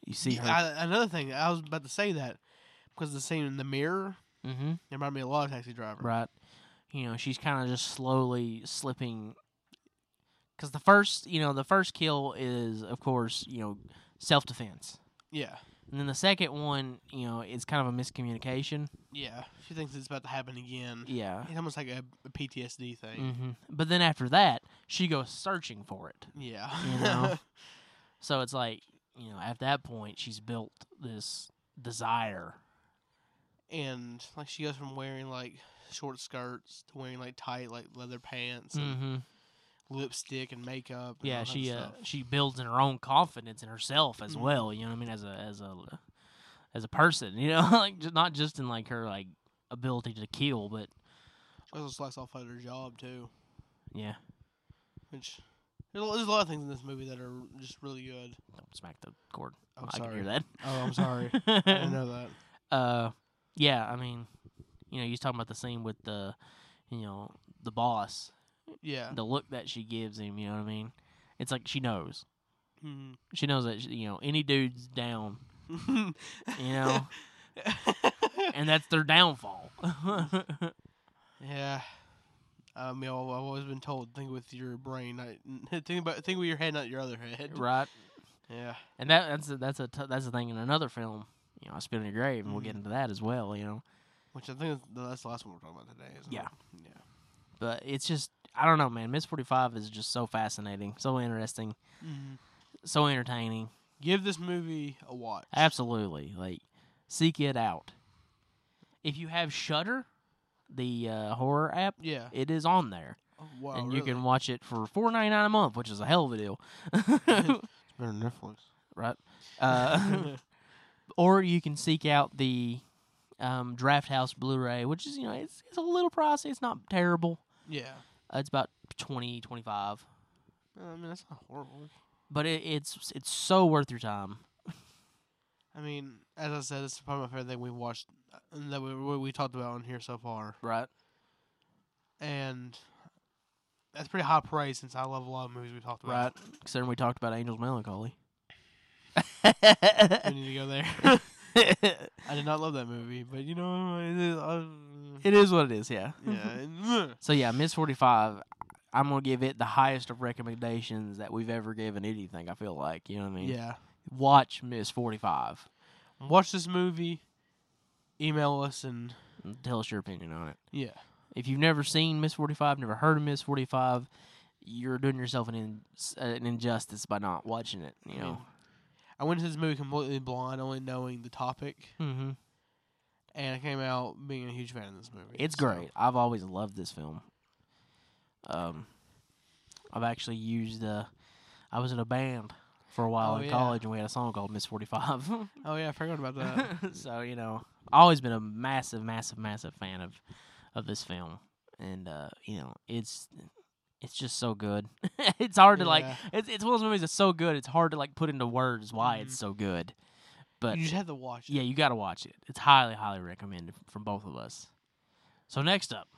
B: you see her.
C: I, another thing, I was about to say that because the scene in the mirror
B: mm-hmm,
C: it reminded me a lot of Taxi Driver.
B: right. You know, she's kind of just slowly slipping. Because the first, you know, the first kill is of course you know self defense,
C: Yeah,
B: and then the second one, you know, it's kind of a miscommunication.
C: yeah. She thinks it's about to happen again.
B: Yeah.
C: It's almost like a, a PTSD thing.
B: hmm But then after that, she goes searching for it.
C: Yeah.
B: You know? So it's like, you know, at that point, she's built this desire.
C: and like she goes from wearing like short skirts to wearing like tight like leather pants and
B: Mm-hmm.
C: lipstick and makeup. And
B: Yeah,
C: all that
B: she uh,
C: stuff.
B: she builds in her own confidence in herself as
C: Mhm.
B: well. You know what I mean? As a as a as a person, you know, like just, not just in like her like ability to kill, but
C: She also slice off at her job too,
B: yeah,
C: which there's a, there's a lot of things in this movie that are just really good.
B: don't smack the cord.
C: I'm
B: I
C: sorry.
B: can hear
C: Oh, I'm sorry. I didn't
B: that.
C: know that.
B: uh, yeah, I mean, you know, you was talking about the scene with the, you know, the boss,
C: Yeah.
B: the look that she gives him. You know what I mean? It's like she knows.
C: Mhm.
B: She knows that you know any dude's down. You know, and that's their downfall.
C: yeah. Um, you know, I've always been told think with your brain, not think about think with your head, not your other head.
B: right.
C: Yeah.
B: and that that's a, that's a t- that's the thing in another film. You know, I spit in your grave, and we'll get
C: Mhm.
B: into that as well. You know,
C: Which I think is- that's the last one we're talking about today. Isn't
B: Yeah.
C: It? Yeah.
B: but it's just I don't know, man. Miss Forty Five is just so fascinating, so interesting,
C: Mhm.
B: so entertaining.
C: Give this movie a watch.
B: Absolutely, like seek it out. If you have Shudder, the uh, horror app,
C: Yeah.
B: it is on there,
C: Oh, wow,
B: and you
C: really?
B: can watch it for four ninety nine a month, which is a hell of a deal,
C: It's better than Netflix.
B: right? Uh, or you can seek out the um, Draft House Blu-ray, which is you know it's, it's a little pricey. It's not terrible.
C: yeah.
B: Uh, it's about 20, 25.
C: I mean, that's not horrible.
B: but it, it's it's so worth your time.
C: I mean, as I said, it's probably my favorite thing we've watched uh, that we, we we talked about on here so far,
B: Right.
C: and that's pretty high praise since I love a lot of movies we talked
B: Right.
C: about.
B: Considering we talked about Angel's Melancholy.
C: We need to go there.
B: it
C: I did not love that movie, but you know, it is, uh,
B: is what it is, yeah.
C: yeah.
B: So yeah, Miss Forty Five. I'm gonna give it the highest of recommendations that we've ever given anything. I feel like you know what I mean.
C: yeah.
B: Watch Miss Forty Five.
C: Watch this movie. Email us and
B: Tell us your opinion on it.
C: yeah,
B: If you've never seen Miss Forty Five, never heard of Miss Forty Five, you're doing yourself an in, an injustice by not watching it. You
C: I
B: know.
C: mean, I went to this movie completely blind, only knowing the topic.
B: Mm-hmm.
C: and I came out being a huge fan of this movie.
B: It's
C: so-
B: great. I've always loved this film. Um, I've actually used. Uh, I was in a band for a while
C: Oh,
B: in
C: yeah.
B: college, and we had a song called Miss Forty Five.
C: Oh yeah, I forgot about that.
B: so you know, I've always been a massive, massive, massive fan of of this film, and uh, you know, it's it's just so good. it's hard to like.
C: Yeah.
B: It's it's one of those movies that's so good. It's hard to like put into words why it's
C: Mhm.
B: so good. But
C: you just had to watch it.
B: yeah, you got to watch it. It's highly, highly recommended from both of us. So next up,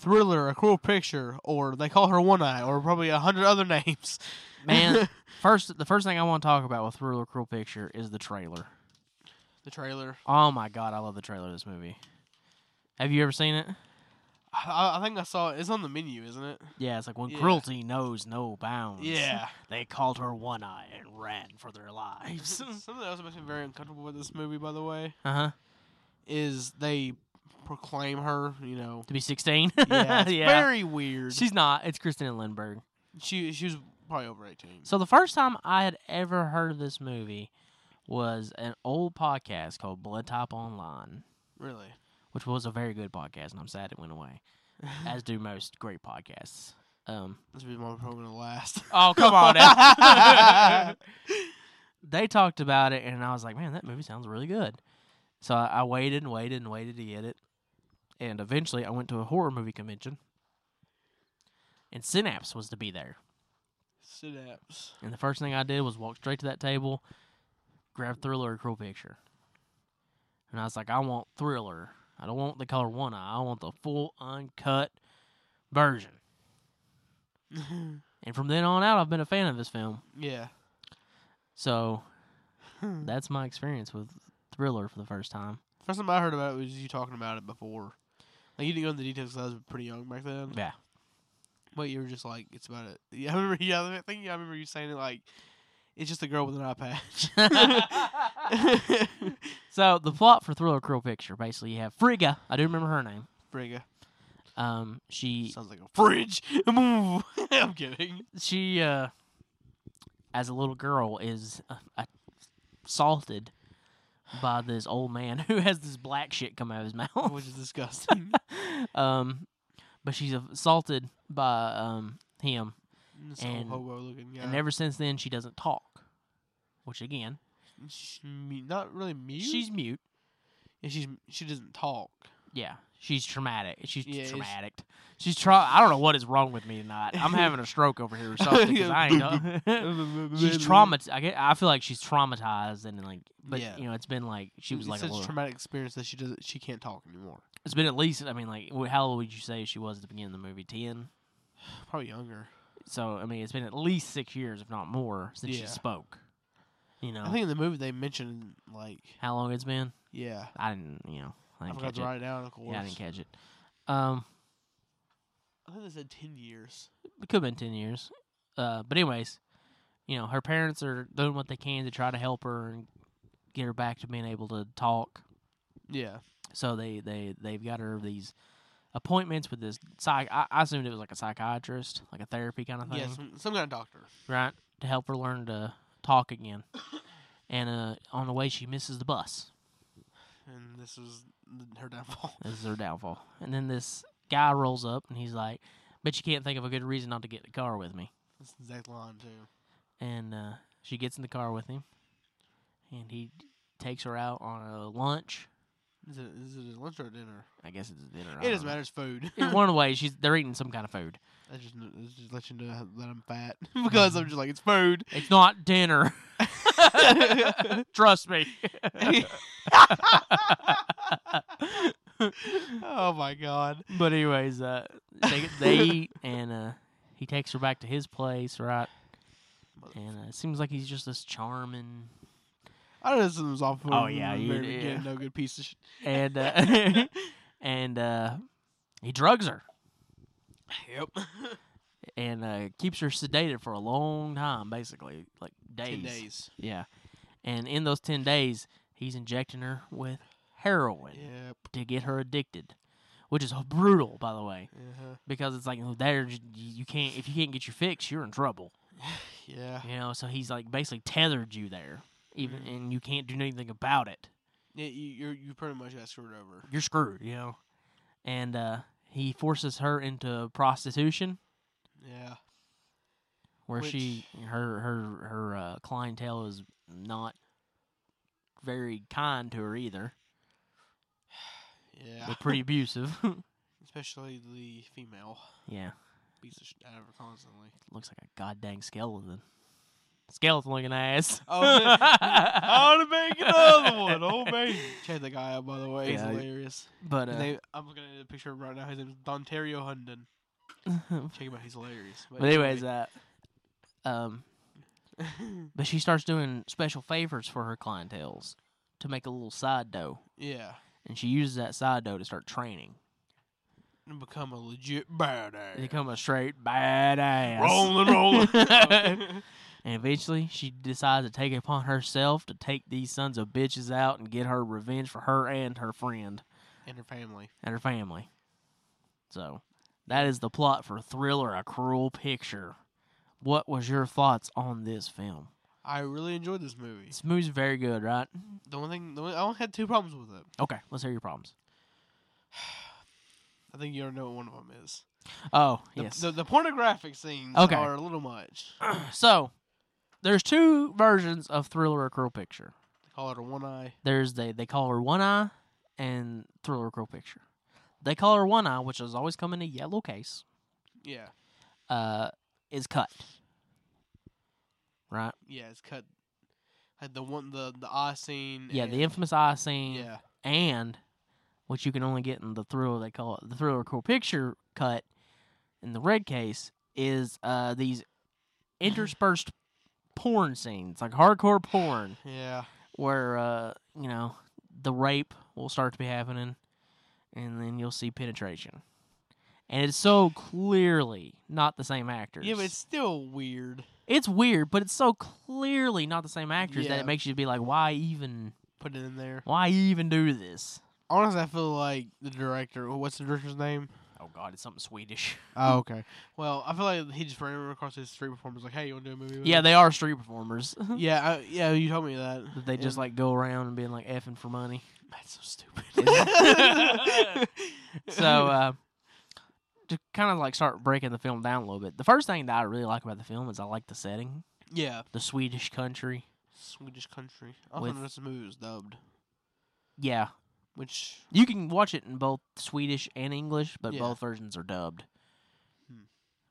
C: Thriller, A Cruel Picture, or They Call Her One Eye, or probably a hundred other names.
B: man, first the first thing I want to talk about with Thriller Cruel Picture is the trailer.
C: the trailer.
B: Oh my god, I love the trailer of this movie. Have you ever seen it?
C: I, I- I think I saw it. It's on the menu, isn't it?
B: Yeah, it's like when
C: Yeah.
B: cruelty knows no bounds.
C: Yeah.
B: They called her One Eye and ran for their lives.
C: Something else that makes me very uncomfortable with this movie, by the way,
B: uh huh.
C: is they proclaim her. You know,
B: To be 16?
C: yeah, it's
B: yeah.
C: very weird.
B: She's not. It's Kristen Lindberg.
C: she she was probably over eighteen.
B: So the first time I had ever heard of this movie was an old podcast called Blood Type Online,
C: Really?
B: which was a very good podcast, and I'm sad it went away, as do most great podcasts. Um,
C: This will be my program to last.
B: oh, come on now. they talked about it, and I was like, man, that movie sounds really good. So I, I waited and waited and waited to get it. And eventually, I went to a horror movie convention, and Synapse was to be there.
C: Synapse.
B: And the first thing I did was walk straight to that table, grab Thriller or Cruel Picture. And I was like, I want Thriller. I don't want the color one eye. I want the full uncut version. And from then on out, I've been a fan of this film.
C: yeah.
B: So
C: Hmm.
B: that's my experience with Thriller for the first time.
C: First time I heard about it was you talking about it before. Like you didn't go into the details 'cause I was pretty young back then.
B: Yeah.
C: But you were just like, it's about it. Yeah, I remember. Yeah, I think I remember you saying it like, it's just a girl with an eye patch.
B: So the plot for Thriller Cruel Picture basically you have Frigga. I do remember her name.
C: Frigga
B: Um, she
C: sounds like a fridge. I'm kidding.
B: she uh as a little girl is uh, assaulted by this old man who has this black shit come out of his mouth
C: Which is disgusting.
B: um but she's assaulted by um him
C: This
B: And-
C: old hobo looking guy.
B: and ever since then she doesn't talk which again
C: She's mu- not really mute.
B: she's mute
C: yeah, she's she doesn't talk.
B: yeah she's traumatic she's
C: Yeah, it's-
B: traumatic she's tra- i don't know what is wrong with me tonight i'm having a stroke over here or something 'cause i ain't know She's traumatized. I, get, I feel like she's traumatized and like, but
C: Yeah.
B: you know, it's been like she was
C: it's
B: like a
C: such
B: little.
C: traumatic experience that she does not she can't talk anymore.
B: it's been at least. I mean, like, wh- how old would you say she was at the beginning of the movie? Ten.
C: Probably younger.
B: So I mean, it's been at least six years, if not more, since she
C: Yeah.
B: spoke. You know
C: I think in the movie they mentioned like
B: how long it's been.
C: yeah.
B: I didn't. You know, I
C: I
B: didn't
C: forgot
B: catch
C: to
B: it.
C: write it down. Of course.
B: yeah, I didn't catch it. Um,
C: I think they said ten years.
B: it could have been ten years. Uh, but anyways, you know, her parents are doing what they can to try to help her and get her back to being able to talk.
C: Yeah.
B: So they they they've got her these appointments with this psych. I, I assumed it was like a psychiatrist, like a therapy kind of thing,
C: Yeah. Some, some kind of doctor.
B: right? To help her learn to talk again. And uh, on the way, she misses the bus.
C: And this was th- her downfall.
B: This is her downfall. And then this guy rolls up, and he's like, "Bet you can't think of a good reason not to get in the car with me."
C: That's the exact line too.
B: And uh, she gets in the car with him, and he takes her out on a lunch.
C: Is it is it a lunch or a dinner?
B: I guess it's dinner. I
C: It
B: don't
C: doesn't
B: know.
C: matter. It's food.
B: It's one way. She's they're eating some kind of food.
C: I just, I just let you know how- that I'm fat because
B: Mm-hmm.
C: I'm just like it's food.
B: It's not dinner. Trust me.
C: oh my god.
B: But anyways, uh, they they eat and uh, he takes her back to his place, right? And uh, it seems like he's just this charming
C: I know this was awful.
B: Oh, yeah, you-
C: you
B: yeah.
C: no good piece of shit.
B: and uh, and uh, he drugs her
C: Yep.
B: and uh, keeps her sedated for a long time, basically like days.
C: Ten days.
B: Yeah, and in those ten days, he's injecting her with heroin
C: Yep.
B: to get her addicted, which is brutal, by the way.
C: Uh-huh.
B: because it's like there j- you can't if you can't get your fix you're in trouble
C: Yeah.
B: you know so he's like basically tethered you there even and you can't do anything about it
C: Yeah, you you're, you pretty much got screwed over.
B: you're screwed, you know. And uh, he forces her into prostitution,
C: Yeah.
B: where
C: Which-
B: she her her her uh, clientele is not very kind to her either.
C: Yeah.
B: They're pretty abusive.
C: Especially the female
B: yeah,
C: beats the shit out of her constantly.
B: looks like a goddamn skeleton. Skeleton looking ass.
C: Oh, How to make another one? Oh man! Check the guy out by the way. He's
B: Yeah.
C: hilarious.
B: but
C: His
B: uh,
C: name- I'm looking at a picture right now. His name's Dontario Hunden. Check him out. He's hilarious.
B: but anyways, uh, um, but she starts doing special favors for her clientels to make a little side dough,
C: yeah,
B: and she uses that side dough to start training.
C: and become a legit badass.
B: They become a straight badass.
C: rolling, rolling.
B: and eventually, she decides to take it upon herself to take these sons of bitches out and get her revenge for her and her friend
C: and her family.
B: and her family. So, that is the plot for Thriller: A Cruel Picture. What was your thoughts on this film?
C: I really enjoyed this movie.
B: This movie's very good, right?
C: The only thing, the only, I only had two problems with it.
B: Okay, let's hear your problems.
C: I think you already know what one of them is.
B: Oh,
C: The,
B: yes.
C: the, the pornographic scenes
B: Okay.
C: are a little much.
B: so, there's two versions of Thriller: A Cruel Picture.
C: They call it a one eye.
B: there's they they call her one eye and thriller girl picture they call her one eye which is always come in a yellow case
C: Yeah,
B: uh is cut right
C: yeah. It's cut. Like the one, the the eye scene.
B: yeah
C: and,
B: the infamous eye scene
C: yeah.
B: and which you can only get in the thriller they call it the thriller cool picture cut in the red case is uh these interspersed porn scenes like hardcore porn
C: Yeah.
B: where uh, you know the rape will start to be happening, and then you'll see penetration, and it's so clearly not the same actors.
C: Yeah, but it's still weird
B: it's weird, but it's so clearly not the same actors that
C: Yeah.
B: it makes you be like, why even,
C: putting it in there.
B: why even do this?
C: Honestly, I feel like the director. What's the director's name?
B: Oh God, it's something Swedish.
C: Oh, okay. Well, I feel like he just ran across his street performers like, "Hey, you want to do a movie?" With
B: Yeah,
C: us?"
B: they are street performers.
C: yeah, I, yeah. You told me that.
B: they just
C: And-
B: like go around and being like effing for money.
C: that's so
B: stupid.
C: stupid.
B: So uh, to kind of like start breaking the film down a little bit. The first thing that I really like about the film is I like the setting,
C: yeah,
B: the Swedish country.
C: Swedish country. I
B: With-
C: thought this movie was dubbed,
B: Yeah,
C: which
B: You can watch it in both Swedish and English, but
C: Yeah.
B: both versions are dubbed.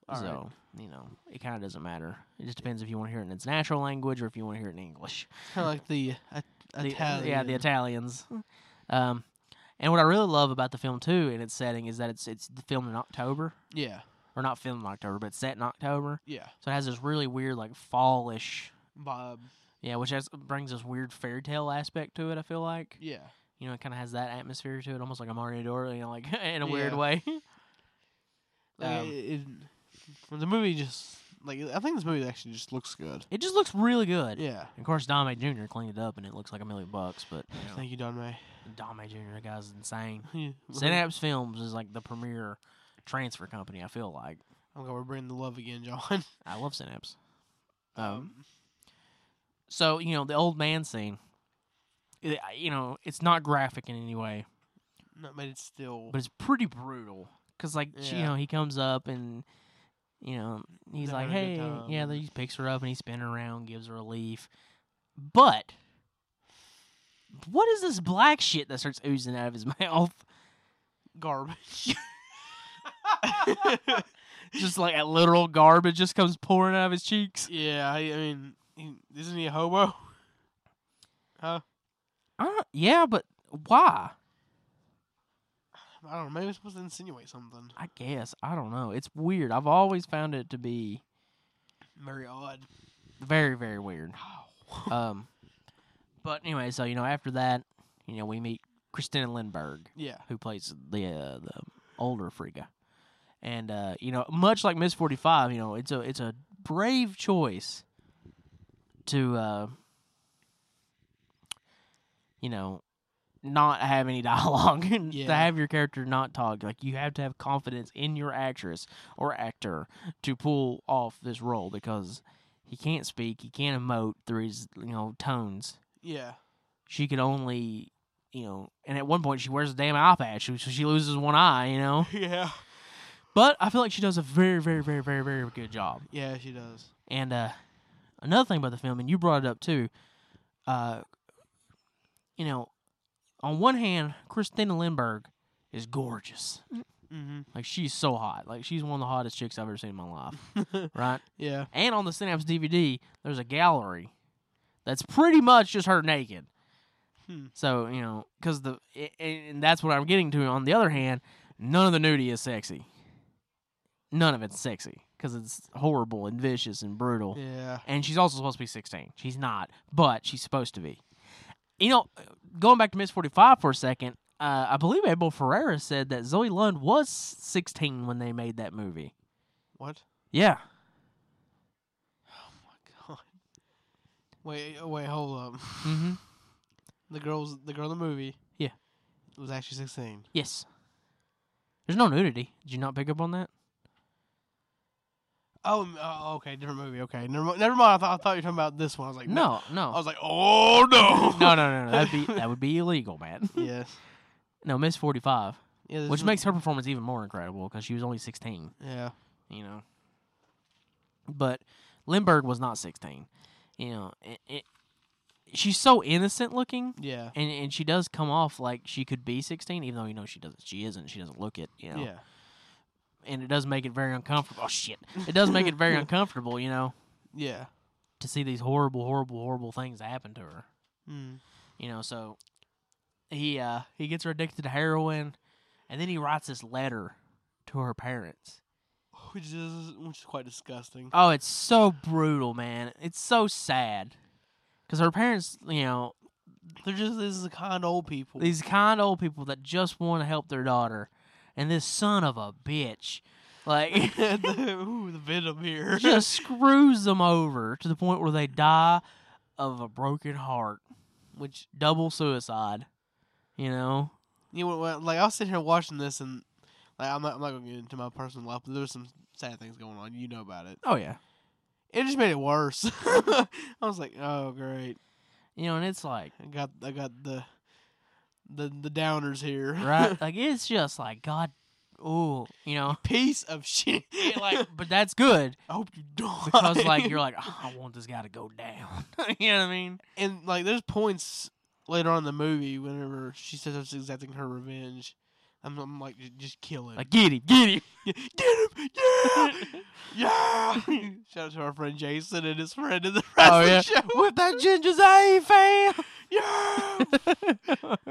C: all right.
B: so, you know, it kind of doesn't matter. It just depends if you want to hear it in its natural language or if you want to hear it in English.
C: kind of like the uh,
B: The-
C: Italian.
B: yeah, the Italians. Um, and what I really love about the film too and its setting is that it's it's filmed in October,
C: yeah,
B: or not filmed in October, but set in October.
C: yeah.
B: So it has this really weird like fallish,
C: Bob.
B: yeah, which has, brings this weird fairy tale aspect to it. I feel like
C: Yeah,
B: you know it kind of has that atmosphere to it, almost like a Mario Dora, you know, like in a weird
C: Yeah.
B: way.
C: Like,
B: Um,
C: it, it- the movie just like I think this movie actually just looks good.
B: It just looks really good.
C: Yeah.
B: Of course, Dominic Jr. cleaned it up, and it looks like a million bucks. But you know,
C: Thank you, Don May.
B: Dominic Jr. that guy's insane.
C: Yeah.
B: Synapse Films is like the premier transfer company. I feel like
C: I'm gonna bring the love again, John.
B: I love Synapse. Um, so you know the old man scene. It, I- you know it's not graphic in any way,
C: not made it still.
B: but it's pretty brutal. Cause like she- you
C: Yeah.
B: know he comes up and you know he's
C: They're
B: like
C: having a
B: hey
C: good time
B: yeah
C: and-
B: then he picks her up and he spins her around gives her a leaf, but what is this black shit that starts oozing out of his mouth?
C: garbage.
B: just like a literal garbage just comes pouring out of his cheeks.
C: yeah, I, I mean, he, isn't he a hobo?
B: Uh, yeah, but why?
C: I don't know. Maybe I'm supposed to insinuate something
B: I guess I don't know. It's weird. I've always found it to be
C: very odd.
B: very very weird. Um, but anyway, so you know after that, you know we meet Christina Lindberg.
C: yeah,
B: who plays the uh, the older Frigga. And uh, you know, much like Miss Forty Five, you know, it's a it's a brave choice to uh, you know not have any dialogue and to
C: Yeah.
B: have your character not talk. Like you have to have confidence in your actress or actor to pull off this role because he can't speak, he can't emote through his you know tones
C: yeah,
B: she could only you know, and at one point she wears a damn eye patch, so she loses one eye, you know.
C: Yeah.
B: But I feel like she does a very, very, very, very, very good job.
C: Yeah, she does.
B: And uh, another thing about the film, and you brought it up too, uh, you know, on one hand, Christina Lindberg is gorgeous.
C: Mm-hmm.
B: Like she's so hot. Like she's one of the hottest chicks I've ever seen in my life. right?
C: Yeah.
B: And on the Synapse DVD, there's a gallery that's pretty much just her naked.
C: Hmm.
B: So you know, because the a- a- and that's what I'm getting to. On the other hand, none of the nudity is sexy. None of it's sexy because it's horrible and vicious and brutal.
C: Yeah.
B: And she's also supposed to be 16. She's not, but she's supposed to be. You know, going back to Miss 45 for a second, uh, I believe Abel Ferreira said that Zoe Lund was 16 when they made that movie.
C: What?
B: Yeah.
C: Oh my god. Wait, oh, wait, hold up.
B: Mm-hmm.
C: The girl's the girl in the movie.
B: Yeah.
C: Was actually sixteen.
B: Yes. There's no nudity. Did you not pick up on that?
C: Oh, m- oh, okay, different movie. Okay, never, mi- never mind. I thought, I thought you were talking about this one. I was like,
B: No,
C: I
B: no.
C: was like, oh no.
B: No, no, no, no. That'd be, that would be illegal, man.
C: Yes.
B: No, Miss 45,
C: Yeah, this
B: which
C: is-
B: makes her performance even more incredible because she was only 16.
C: Yeah.
B: you know. But Lindbergh was not 16. You know, it, it, she's so innocent looking,
C: Yeah.
B: and, and she does come off like she could be 16, even though you know she doesn't. She isn't. She doesn't look it. You know,
C: Yeah.
B: and it does make it very uncomfortable. Oh shit! It does make it very uncomfortable. You know,
C: Yeah.
B: to see these horrible, horrible, horrible things happen to her.
C: Mm.
B: You know, so he uh he gets her addicted to heroin, and then he writes this letter to her parents.
C: Which is which is quite disgusting.
B: Oh, it's so brutal, man. It's so sad. Because her parents, you know,
C: They're just this is the kind of old people.
B: these kind old people that just want to help their daughter, and this son of a bitch, like,
C: the, ooh, the venom here.
B: just screws them over to the point where they die of a broken heart, which double suicide, you know?
C: You know, what- like I was sitting here watching this, and like I'm not, I'm not going to get into my personal life, but there was some sad things going on. You know about it.
B: Oh, yeah.
C: It just made it worse. I was like, oh great,
B: You know, and it's like,
C: I got I got the the the downers here.
B: right? like, it's just like, God, ooh, you know?
C: Piece of shit.
B: Like, but that's good.
C: I hope you don't.
B: because like you're like "Oh, I want this guy to go down. you know what I mean?
C: and like there's points later on in the movie whenever she says she's exacting her revenge. I'm, I'm like, "J- just kill him.
B: Like get him, get him.
C: get him, yeah, yeah. Shout out to our friend Jason and his friend in the rest
B: Oh,
C: of
B: yeah.
C: the show.
B: With that ginger's A fam.
C: Yeah.
B: I don't think
C: Oh,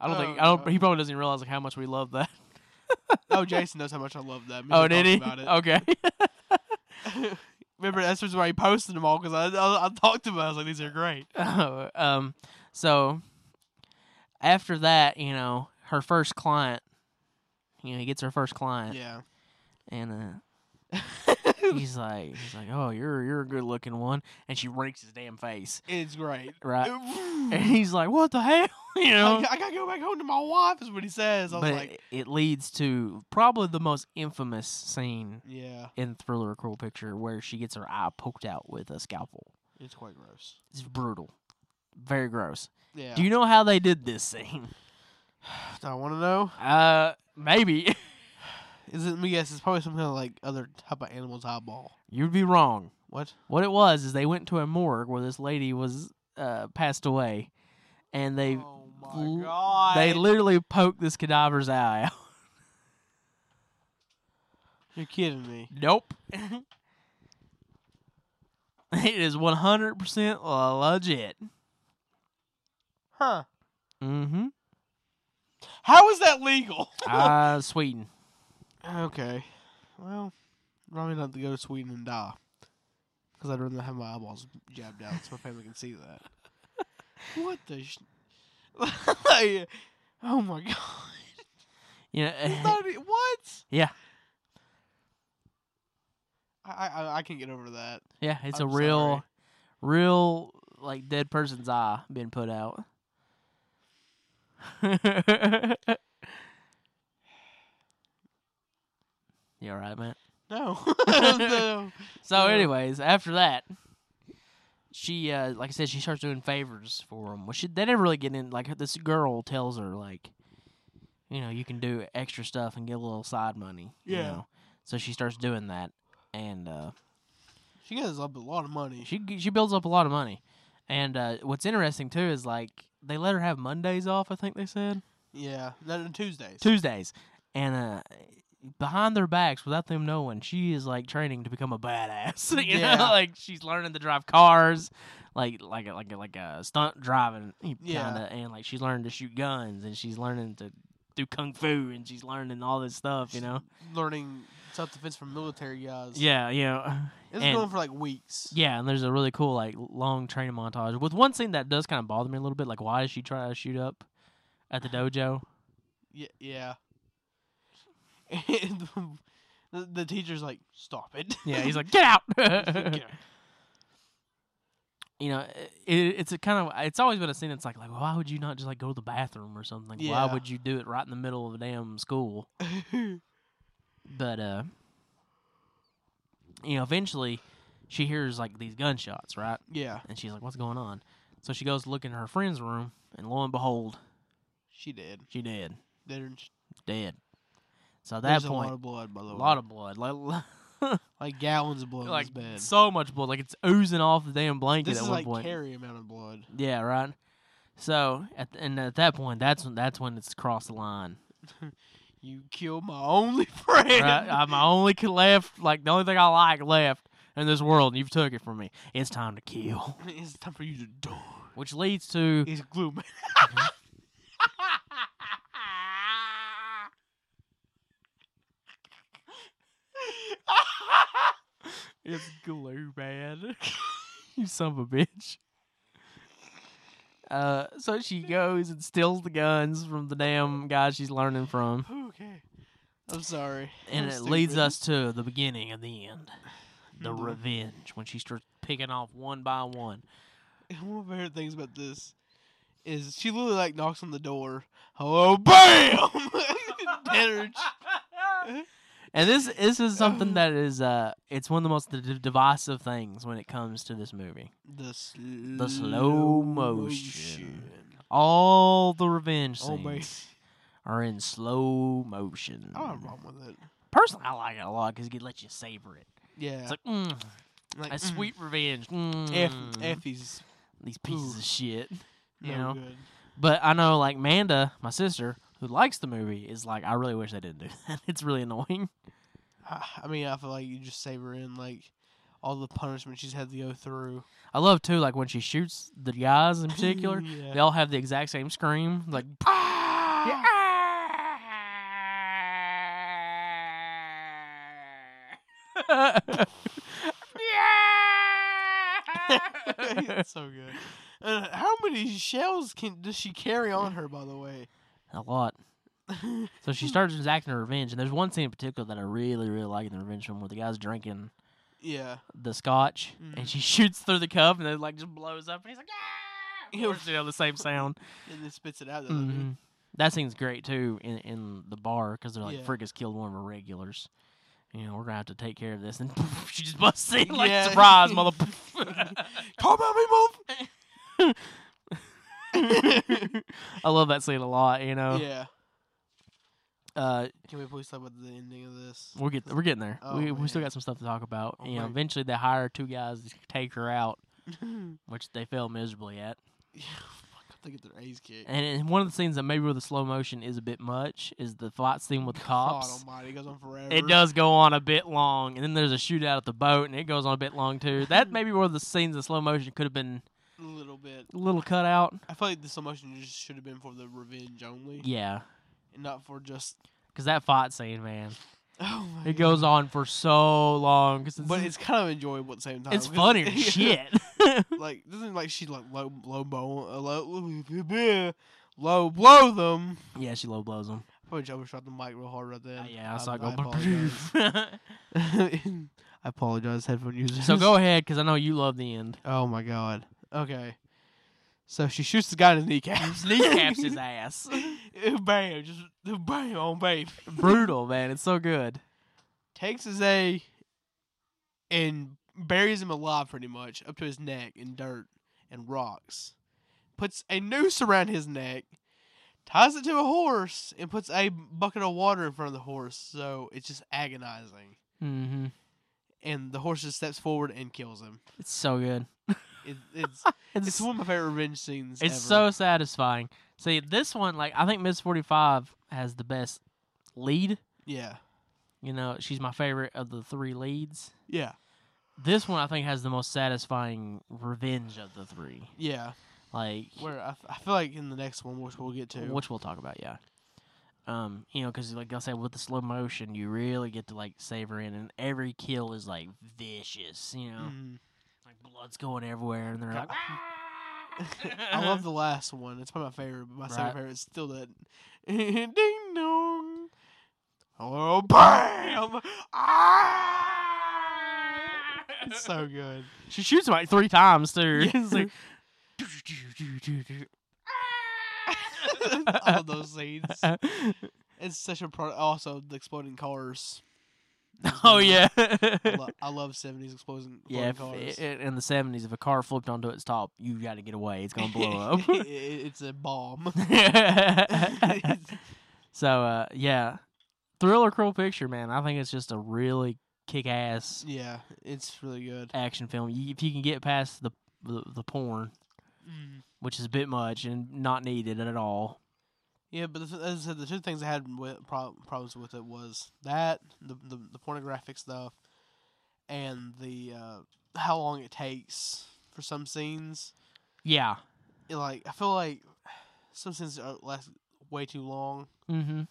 B: I don't.
C: God.
B: He probably doesn't even realize like how much we love that.
C: oh, Jason knows how much I love that.
B: oh, did he? Oh.
C: About it.
B: Okay.
C: Remember that's the reason why he posted them all because I, I I talked about. I was like, these are great.
B: Oh, um. So after that, you know, her first client. You know, he gets her first client,
C: Yeah.
B: and uh, he's like, he's like, oh, you're you're a good looking one, and she rakes his damn face,
C: It's great.
B: right? and
C: I,
B: he's like, "What the hell?" You uh, know.
C: I gotta go back home to my wife. Is what he says. Oh, I was
B: but
C: like,
B: it, it leads to probably the most infamous scene
C: yeah,
B: in Thriller: Cruel Picture, where she gets her eye poked out with a scalpel.
C: it's quite gross.
B: It's brutal, very gross.
C: Yeah.
B: Do you know how they did this scene?
C: Do I want to know?
B: Uh, maybe
C: Is it? Let me guess. It's probably some kind of like other type of animal's eyeball.
B: you'd be wrong.
C: What?
B: What it was is they went to a morgue where this lady was uh passed away, and they
C: oh
B: l-
C: my god!
B: they literally poked this cadaver's eye out.
C: You're kidding me.
B: Nope. it is 100% legit.
C: Huh?
B: Mm-hmm.
C: How is that legal?
B: Uh, Sweden.
C: okay. Well, probably not to go to Sweden and die. Because I'd rather have my eyeballs jabbed out so my family can see that. What the sh- Like, Oh my god.
B: You
C: It's
B: know,
C: not e- what?
B: Eh. yeah,
C: I, I I can't get over that.
B: yeah. It's
C: I'm
B: a real, real like dead person's eye being put out. you all right, man?
C: No. no.
B: So,
C: Yeah.
B: anyways, after that, she uh like I said, she starts doing favors for him. Well, she they never really get in. Like this girl tells her like, you know, you can do extra stuff and get a little side money. you
C: Yeah.
B: know? So she starts doing that, and uh,
C: She gets up a lot of money.
B: she she builds up a lot of money. And uh, what's interesting too is like they let her have Mondays off. I think they said
C: Yeah, not on Tuesdays.
B: Tuesdays, and uh. Behind their backs, without them knowing, she is like training to become a badass. You
C: Yeah.
B: know, like she's learning to drive cars, like like a- like a- like a stunt driving kind of,
C: Yeah.
B: and like she's learning to shoot guns, and she's learning to do kung fu, and she's learning all this stuff. You know,
C: learning self defense from military guys.
B: yeah, yeah.
C: it's
B: and-
C: going for like weeks.
B: Yeah, and there's a really cool like long training montage with one scene that does kind of bother me a little bit. Like, why does she try to shoot up at the dojo?
C: Yeah. yeah. And the, the teacher's like, "Stop it."
B: Yeah, he's like, get out.
C: Yeah.
B: you know, it, it's a kind of it's always been a scene. It's like, like, why would you not just like go to the bathroom or something? Why
C: Yeah.
B: would you do it right in the middle of a damn school? But uh, you know, eventually, she hears like these gunshots, right?
C: yeah,
B: And she's like, what's going on? So she goes to look in her friend's room, and lo and behold,
C: she did.
B: she did.
C: There's,
B: dead. So at that
C: there's a
B: point,
C: lot of blood, by the
B: a
C: way.
B: lot of blood, like
C: like gallons of blood
B: like
C: in this bed.
B: so much blood, like it's oozing off the damn blanket
C: this
B: at
C: is
B: one
C: like
B: point.
C: carry amount of blood.
B: yeah, right. So at th- and at that point, that's when that's when it's crossed the line.
C: You killed my only friend.
B: Right? I'm my only c- left, like the only thing I like left in this world, and you've took it from me. It's time to kill,
C: it's time for you to die.
B: which leads to
C: It's gloom.
B: it's glue man. you son of a bitch. Uh, so she goes and steals the guns from the damn guy she's learning from.
C: okay. I'm sorry.
B: and
C: I'm
B: it leads
C: stupid.
B: us to the beginning of the end, the
C: Mhm.
B: revenge when she starts picking off one by one.
C: One of my favorite things about this is she literally like knocks on the door. Hello, bam! Dinner.
B: And this this is something that is uh, it's one of the most d- d- divisive things when it comes to this movie.
C: The slow,
B: slow motion. All the revenge
C: Oh my!
B: scenes are in slow motion.
C: I don't have a problem with it.
B: Personally, I like it a lot because it lets you savor it.
C: Yeah,
B: It's like mm,
C: like,
B: a
C: mm,
B: sweet revenge.
C: F,
B: Mm,
C: Effie's
B: these pieces
C: Ooh.
B: of shit. You
C: no
B: know?
C: good.
B: But I know, like Manda, my sister, who likes the movie, is like, I really wish they didn't do that. It's really annoying.
C: I, I mean, I feel like you just savor in like all the punishment she's had to go through.
B: I love too, like when she shoots the guys in particular,
C: yeah.
B: they all have the exact same scream, like.
C: Ah! it's so good. And how many shells can does she carry on her? By the way,
B: a lot. So she starts exacting her revenge, and there's one scene in particular that I really, really like in the revenge film where the guy's drinking
C: yeah.
B: the scotch,
C: Mhm.
B: and she shoots through the cup, and it like just blows up, and he's like, "Ah!" Of
C: Ew.
B: course, you know, the same sound.
C: and then spits it out. doesn't it?
B: hmm That scene's great too in in the bar because they're like
C: Yeah.
B: Frick has killed one of our regulars. You know we're gonna have to take care of this, and she just busts in like
C: Yeah.
B: surprise, mother. Talk about me, move. I love that scene a lot. You know,
C: Yeah.
B: uh,
C: Can we please talk about the ending of this?
B: we're get we're getting there.
C: Oh,
B: we we still
C: man.
B: got some stuff to talk about.
C: Oh,
B: you know,
C: my-
B: eventually they hire two guys to take her out,
C: Yeah,
B: which they fail miserably at.
C: Fuck, I think it's their A's kick.
B: And, and one of the scenes that maybe with the slow motion is a bit much is the fight scene with the cops.
C: God almighty, it goes on forever.
B: It does go on a bit long, and then there's a shootout at the boat, and it goes on a bit long too. That maybe one of the scenes in slow motion could have been
C: A little bit.
B: a little cut out.
C: I feel like this emotion just should have been for the revenge only.
B: Yeah,
C: And not for just.
B: because that fight scene, man,
C: Oh my
B: it goes on for so long. Cause
C: God. But it's uh, kind of enjoyable at the same time.
B: it's
C: 'cause-
B: funny as shit.
C: like, doesn't like she like low, low, blow, uh, low, low blow them.
B: yeah, she low blows him.
C: Probably just overshot the mic real hard right
B: Uh,
C: then.
B: yeah, I saw it go.
C: apologize. I apologize, headphone users.
B: so go ahead, because I know you love the end.
C: Oh my god. Okay. So she shoots the guy in his kneecaps.
B: Kneecaps his ass.
C: bam, just bam on babe.
B: Brutal, man. It's so good.
C: Takes his A and buries him alive pretty much up to his neck in dirt and rocks, puts a noose around his neck, ties it to a horse, and puts a bucket of water in front of the horse. So it's just agonizing.
B: Mm-hmm.
C: And the horse just steps forward and kills him.
B: It's so good.
C: It, it's
B: It's
C: it's one of my favorite revenge scenes.
B: It's
C: ever.
B: so satisfying. See, this one, like I think Miss Forty Five has the best lead.
C: yeah
B: You know, she's my favorite of the three leads.
C: yeah
B: This one I think has the most satisfying revenge of the three.
C: yeah.
B: Like
C: Where I, I feel like in the next one, which we'll get to,
B: which we'll talk about, yeah. Um, you know, because like I said, with the slow motion, you really get to like savor in, and every kill is like vicious. You know,
C: Mhm.
B: like blood's going everywhere, and they're like, "Ah!"
C: I love the last one. It's probably my favorite, but my second
B: Uh-huh. Right.
C: favorite is still that ding dong. Oh bam! Ah! It's so good.
B: She shoots him like three times too.
C: Yeah.
B: It's like,
C: I love those scenes. It's such a product. Also, the exploding cars.
B: oh yeah.
C: I, lo- I love seventies exploding, exploding
B: Yeah, if
C: cars.
B: i- i- in the seventies, if a car flipped onto its top, you got to get away. It's gonna blow
C: It- it's a bomb.
B: up. so, uh, yeah, Thriller, Cruel Picture, man. I think it's just a really kick-ass
C: yeah, it's really good.
B: action film. You, if you can get past the, the the porn,
C: Mm.
B: which is a bit much and not needed at all.
C: Yeah, but the, th- as I said, the two things I had with, prob- problems with it was that the, the the pornographic stuff, and the uh, how long it takes for some scenes.
B: Yeah.
C: It, like I feel like some scenes are last way too long,
B: Mm-hmm.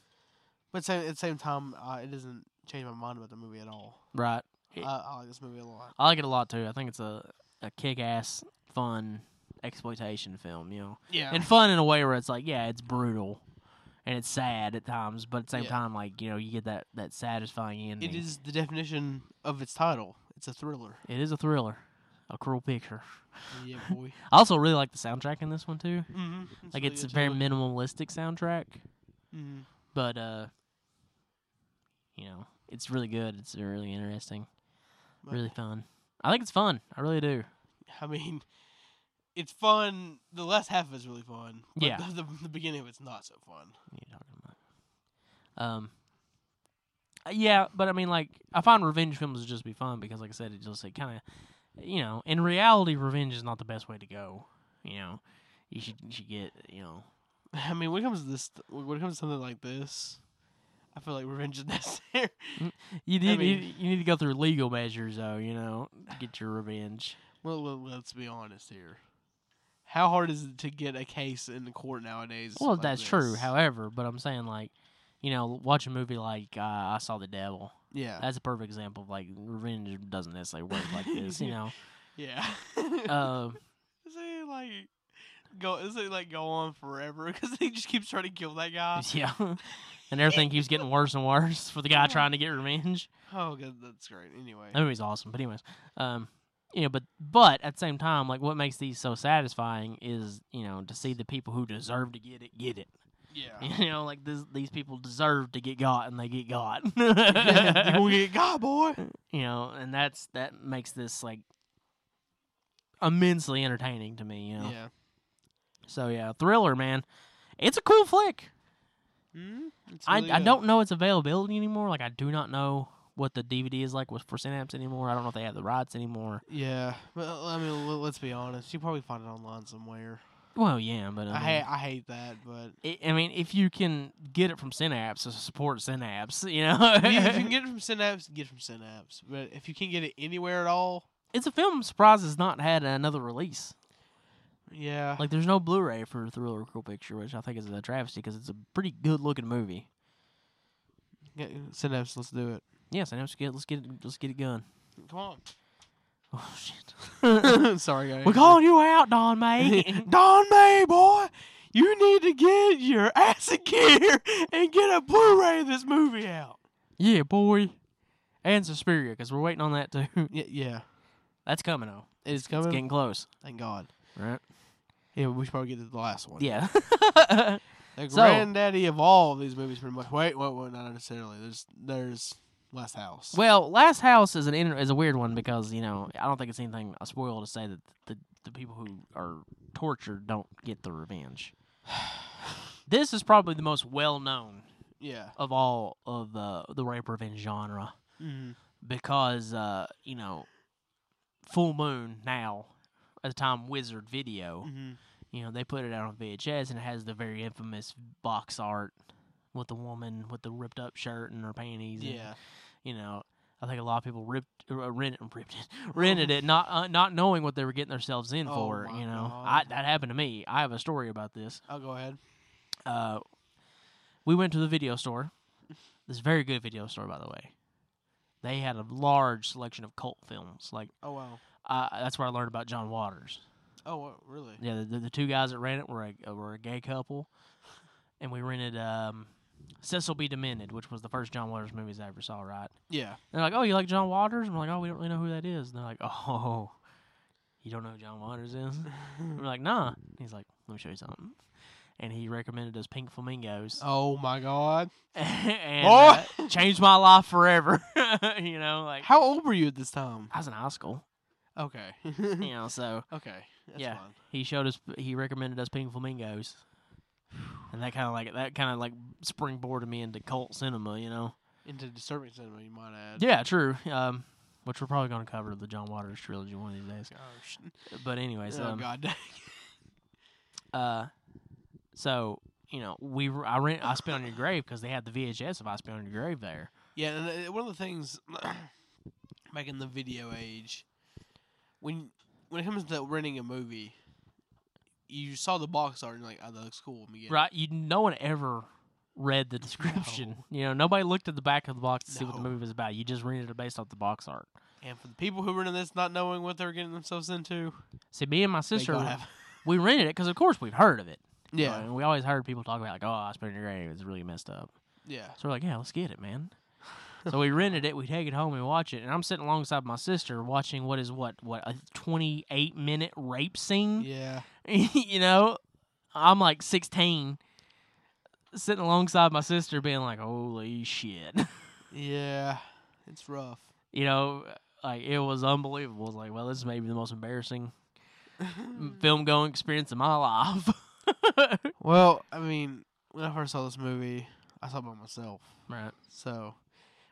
C: but sa- at the same time, uh, it doesn't change my mind about the movie at all.
B: Right.
C: I,
B: It-
C: I like this movie a lot.
B: I like it a lot too. I think it's a, a kick ass, fun exploitation film, you know.
C: Yeah,
B: And fun in a way where it's like, yeah, it's brutal and it's sad at times, but at the same
C: Yeah.
B: time, like, you know, you get that, that satisfying ending.
C: it is the definition of its title. It's a thriller.
B: It is a thriller. A cruel picture.
C: Yeah, boy.
B: I also really like the soundtrack in this one too.
C: mm-hmm.
B: Like it's a very minimalistic soundtrack,
C: hmm
B: but uh you know, it's really good. It's really interesting.
C: Right.
B: Really fun. I think it's fun. I really do.
C: I mean, it's fun. The last half is really fun. but
B: Yeah.
C: The, the beginning of it's not so fun.
B: What are you talking about? Um. uh, Yeah, but I mean, like, I find revenge films to just be fun because, like I said, it just it kind of, you know, in reality, revenge is not the best way to go. You know, you should you should get you know
C: I mean, when it comes to this, when it comes to something like this, I feel like revenge is necessary.
B: you need
C: I
B: you,
C: mean-
B: you need to go through legal measures though. You know, to get your revenge.
C: well, well, let's be honest here. How hard is it to get a case in the court nowadays?
B: Well,
C: like
B: that's true.
C: this?
B: However, but I'm saying like, you know, watch a movie like uh, I Saw the Devil.
C: yeah,
B: That's a perfect example of like revenge doesn't necessarily work like this. You know.
C: yeah.
B: Um.
C: is it like go? Is it like go on forever? Because he just keeps trying to kill that guy.
B: Yeah. And everything keeps getting worse and worse for the guy trying to get revenge.
C: Oh, God, that's great. Anyway,
B: That movie's awesome. But anyways, um, you know, but but at the same time, like what makes these so satisfying is, you know, to see the people who deserve to get it get it.
C: yeah.
B: You know, like this these people deserve to get got and they get got.
C: yeah, we get God, boy.
B: you know, and that's that makes this like immensely entertaining to me, you know.
C: Yeah.
B: So yeah, thriller, man. It's a cool flick.
C: Mm, it's
B: I,
C: really
B: I
C: good.
B: don't know its availability anymore. Like I do not know what the DVD is like with for Synapse anymore. I don't know if they have the rights anymore.
C: Yeah, but uh, I mean, l- let's be honest. You probably find it online somewhere.
B: Well, yeah, but I
C: I,
B: mean,
C: hate, I hate that, but
B: I- I mean, if you can get it from Synapse, uh, support Synapse. You know,
C: if you, if you can get it from Synapse, get it from Synapse. But if you can't get it anywhere at all,
B: it's a film. I'm surprised it's not had another release.
C: yeah,
B: Like there's no Blu-ray for Thriller Cool Picture, which I think is a travesty because it's a pretty good looking movie.
C: get- Synapse, let's do it.
B: Yeah, Synapse, get let's get it, let's get it going.
C: Come
B: Oh shit,
C: on. Sorry, guys.
B: we're calling you out, Don May.
C: Don May, boy. You need to get your ass in gear and get a Blu-ray of this movie out.
B: yeah, boy, and Suspiria because we're waiting on that too.
C: Yeah, yeah.
B: That's coming though.
C: It's coming.
B: It's getting close.
C: Thank God.
B: Right?
C: Yeah, we should probably get to the last one.
B: Yeah.
C: The
B: So-
C: granddaddy of all of these movies, pretty much. Wait, wait, wait, not necessarily. There's, there's Last house.
B: Well, Last House is an inter- is a weird one because you know I don't think it's anything a spoil to say that the the people who are tortured don't get the revenge. this is probably the most well known
C: yeah.
B: of all of the the rape revenge genre
C: Mm.
B: because uh, you know Full Moon now at the time Wizard Video
C: hmm
B: you know they put it out on VHS and it has the very infamous box art with the woman with the ripped up shirt and her panties and
C: Yeah.
B: you know, I think a lot of people ripped, uh, rented, ripped it, rented it, not uh, not knowing what they were getting themselves in
C: Oh
B: for.
C: my
B: You know,
C: God.
B: I, that happened to me. I have a story about this.
C: I'll go ahead.
B: Uh, we went to the video store. This very good video store, by the way. They had a large selection of cult films. Like
C: Oh wow.
B: uh, that's where I learned about John Waters.
C: Oh wow, really?
B: Yeah, the, the, the two guys that ran it were a, were a gay couple, and we rented um, Cecil B. Demented, which was the first John Waters movies I ever saw. Right.
C: Yeah.
B: They're like, oh, you like John Waters? I'm like, oh, we don't really know who that is. And they're like, oh, you don't know who John Waters is? We're like, nah. And he's like, let me show you something. And he recommended us Pink Flamingos.
C: oh my God.
B: and
C: Boy!
B: uh, changed my life forever. you know, like,
C: How old were you at this time?
B: I was in high school.
C: Okay.
B: You know, so
C: okay. That's
B: Yeah.
C: fine.
B: he showed us, he recommended us Pink Flamingos. And that kind of like, that kind of like springboarded me into cult cinema, you know?
C: Into disturbing cinema, you might add.
B: Yeah, true. Um, which we're probably going to cover the John Waters trilogy one of these days.
C: Gosh.
B: But, anyways,
C: Oh
B: um,
C: God. dang.
B: Uh, so you know, we were- I rent I spit on your grave because they had the VHS of I spit on your grave there.
C: Yeah, and uh, one of the things back in the video age, when when it comes to renting a movie, you saw the box art and you're like, oh, that looks cool. Let me get it."
B: Right? You no one ever read the description. You know, nobody looked at the back of the box to see what the
C: No.
B: movie was about. You just rented it based off the box art.
C: And for the people who were into this, not knowing what they were getting themselves into,
B: See, me and my
C: they
B: sister,
C: gotta have-
B: we rented it because, of course, we've heard of it. You know,
C: yeah,
B: and we always heard people talk about like, "Oh, I spit on your grave." It's really messed up.
C: yeah,
B: So we're like, "Yeah, let's get it, man." so we rented it. We take it home and watch it. And I'm sitting alongside my sister watching what is what what a 28 minute rape scene.
C: yeah.
B: you know, I'm like 16, sitting alongside my sister, being like, "Holy shit!"
C: Yeah, it's rough.
B: you know, like it was unbelievable. It's like, well, this is maybe the most embarrassing
C: Hmm.
B: film going experience of my life.
C: well, I mean, when I first saw this movie, I saw it by myself.
B: right.
C: So,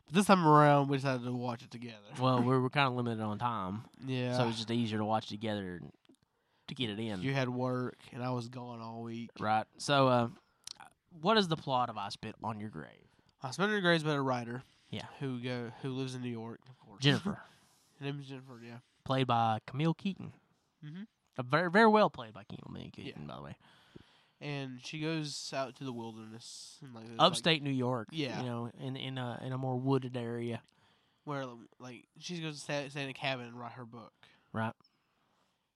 C: but this time around, we decided to watch it together.
B: Well, we were kind of limited on time,
C: yeah.
B: so it was just easier to watch together and to get it in.
C: you had work, and I was gone all week.
B: right. So, uh, what is the plot of I Spit on Your Grave?
C: Uh, Spencer Gray's about a writer.
B: Yeah.
C: Who go who lives in New York, of course.
B: Jennifer,
C: Her name's Jennifer, yeah.
B: played by Camille Keaton.
C: Mhm.
B: Uh, very, very well played by Camille
C: Yeah.
B: Keaton, by the way.
C: And she goes out to the wilderness and like it's like-
B: upstate New York.
C: Yeah.
B: you know, in in a in a more wooded area.
C: where like she goes to stay, stay in a cabin and write her book.
B: Right.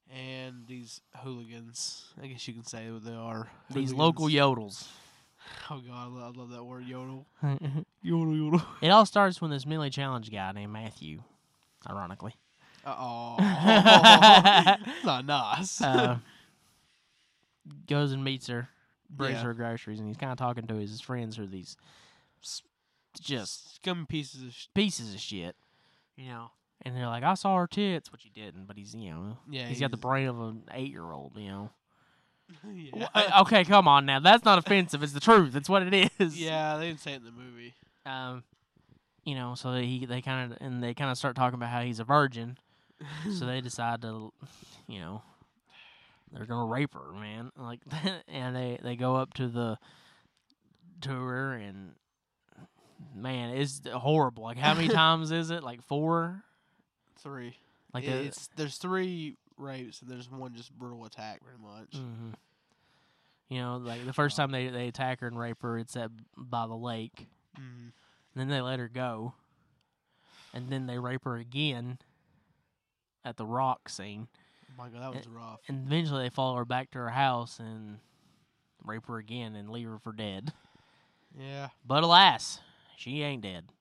C: And these hooligans, I guess you can say what they are.
B: These local yodels.
C: hooligans. Oh god, I lo- I love, that word yodel.
B: it
C: Yodel yodel.
B: all starts when this mentally challenged guy named Matthew, ironically,
C: Uh oh. That's not nice.
B: uh, goes and meets her, brings
C: Yeah.
B: her groceries, and he's kind of talking to his, his friends who are these s- just
C: scum pieces of sh-
B: pieces of shit, you know. And they're like, I saw her tits, which he didn't, but he's you know,
C: Yeah,
B: he's got the
C: he's-
B: brain of an eight year old, you know.
C: yeah.
B: Well, uh, okay, come on now. That's not offensive. It's the truth. It's what it is.
C: yeah, they didn't say it in the movie.
B: Um, you know, so they he, they kind of and they kind of start talking about how he's a virgin. so they decide to, you know, they're gonna rape her, man. Like, and they they go up to the to her and man, it's horrible. Like, how many times is it? Like four.
C: Three.
B: Like uh,
C: Yeah,
B: the-
C: it's there's three rapes and there's one just brutal attack pretty much.
B: Mhm. You know, like the first time they, they attack her and rape her, it's at by the lake.
C: Mm.
B: then they let her go. And then they rape her again at the rock scene.
C: Oh, My god, that was rough.
B: And eventually they follow her back to her house and rape her again and leave her for dead.
C: Yeah,
B: But alas, she ain't dead.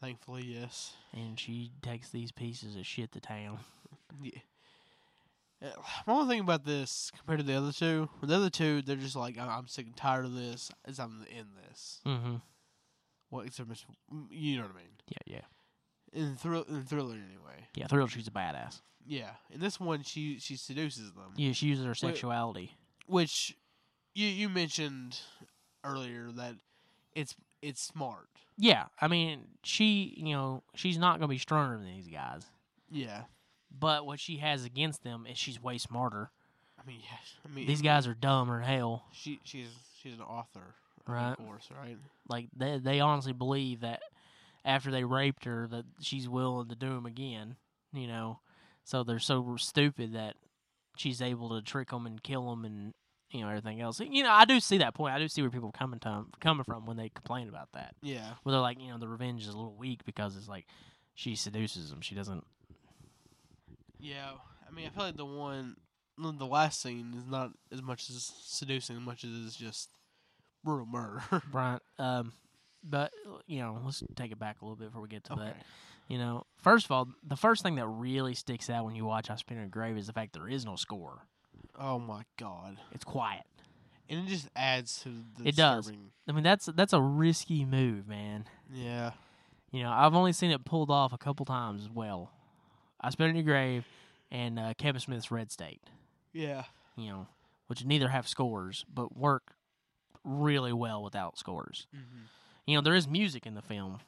C: thankfully yes.
B: And she takes these pieces of shit to town.
C: Yeah. Uh, My only thing about this compared to the other two, the other two they're just like I- I'm sick and tired of this. Is I'm in this.
B: Mm-hmm.
C: Well, except Mr. M- You know what I mean.
B: Yeah, yeah,
C: In Thriller, in Thriller anyway.
B: yeah. Thrill, she's a badass.
C: Yeah. In this one, she she seduces them,
B: Yeah, she uses her sexuality.
C: which you you mentioned earlier that it's it's smart.
B: Yeah, I mean, she, you know, she's not gonna be stronger than these guys.
C: Yeah.
B: But what she has against them is she's way smarter.
C: I mean, yes. I mean,
B: These guys are dumb or hell.
C: She she's she's an author,
B: Right.
C: Of course, right?
B: Like they, they honestly believe that after they raped her, that she's willing to do them again. You know, so they're so stupid that she's able to trick them and kill them and you know everything else. You know, I do see that point. I do see where people coming time coming from when they complain about that.
C: Yeah.
B: Where they're like, you know, the revenge is a little weak because it's like she seduces them. She doesn't.
C: Yeah, I mean, I feel like the one, the the last scene is not as much as seducing, as much as it's just brutal murder.
B: Brian, um, but you know, let's take it back a little bit before we get to
C: okay.
B: that. You know, first of all, the first thing that really sticks out when you watch I Spin in a Grave is the fact there is no score.
C: Oh my god,
B: It's quiet.
C: and it just adds to the
B: It does.
C: disturbing-
B: I mean, that's that's a risky move, man.
C: Yeah,
B: You know, I've only seen it pulled off a couple times as well. I Spin in a Grave and uh, Kevin Smith's Red State.
C: yeah,
B: You know, which neither have scores but work really well without scores.
C: mm-hmm.
B: you know, there is music in the film.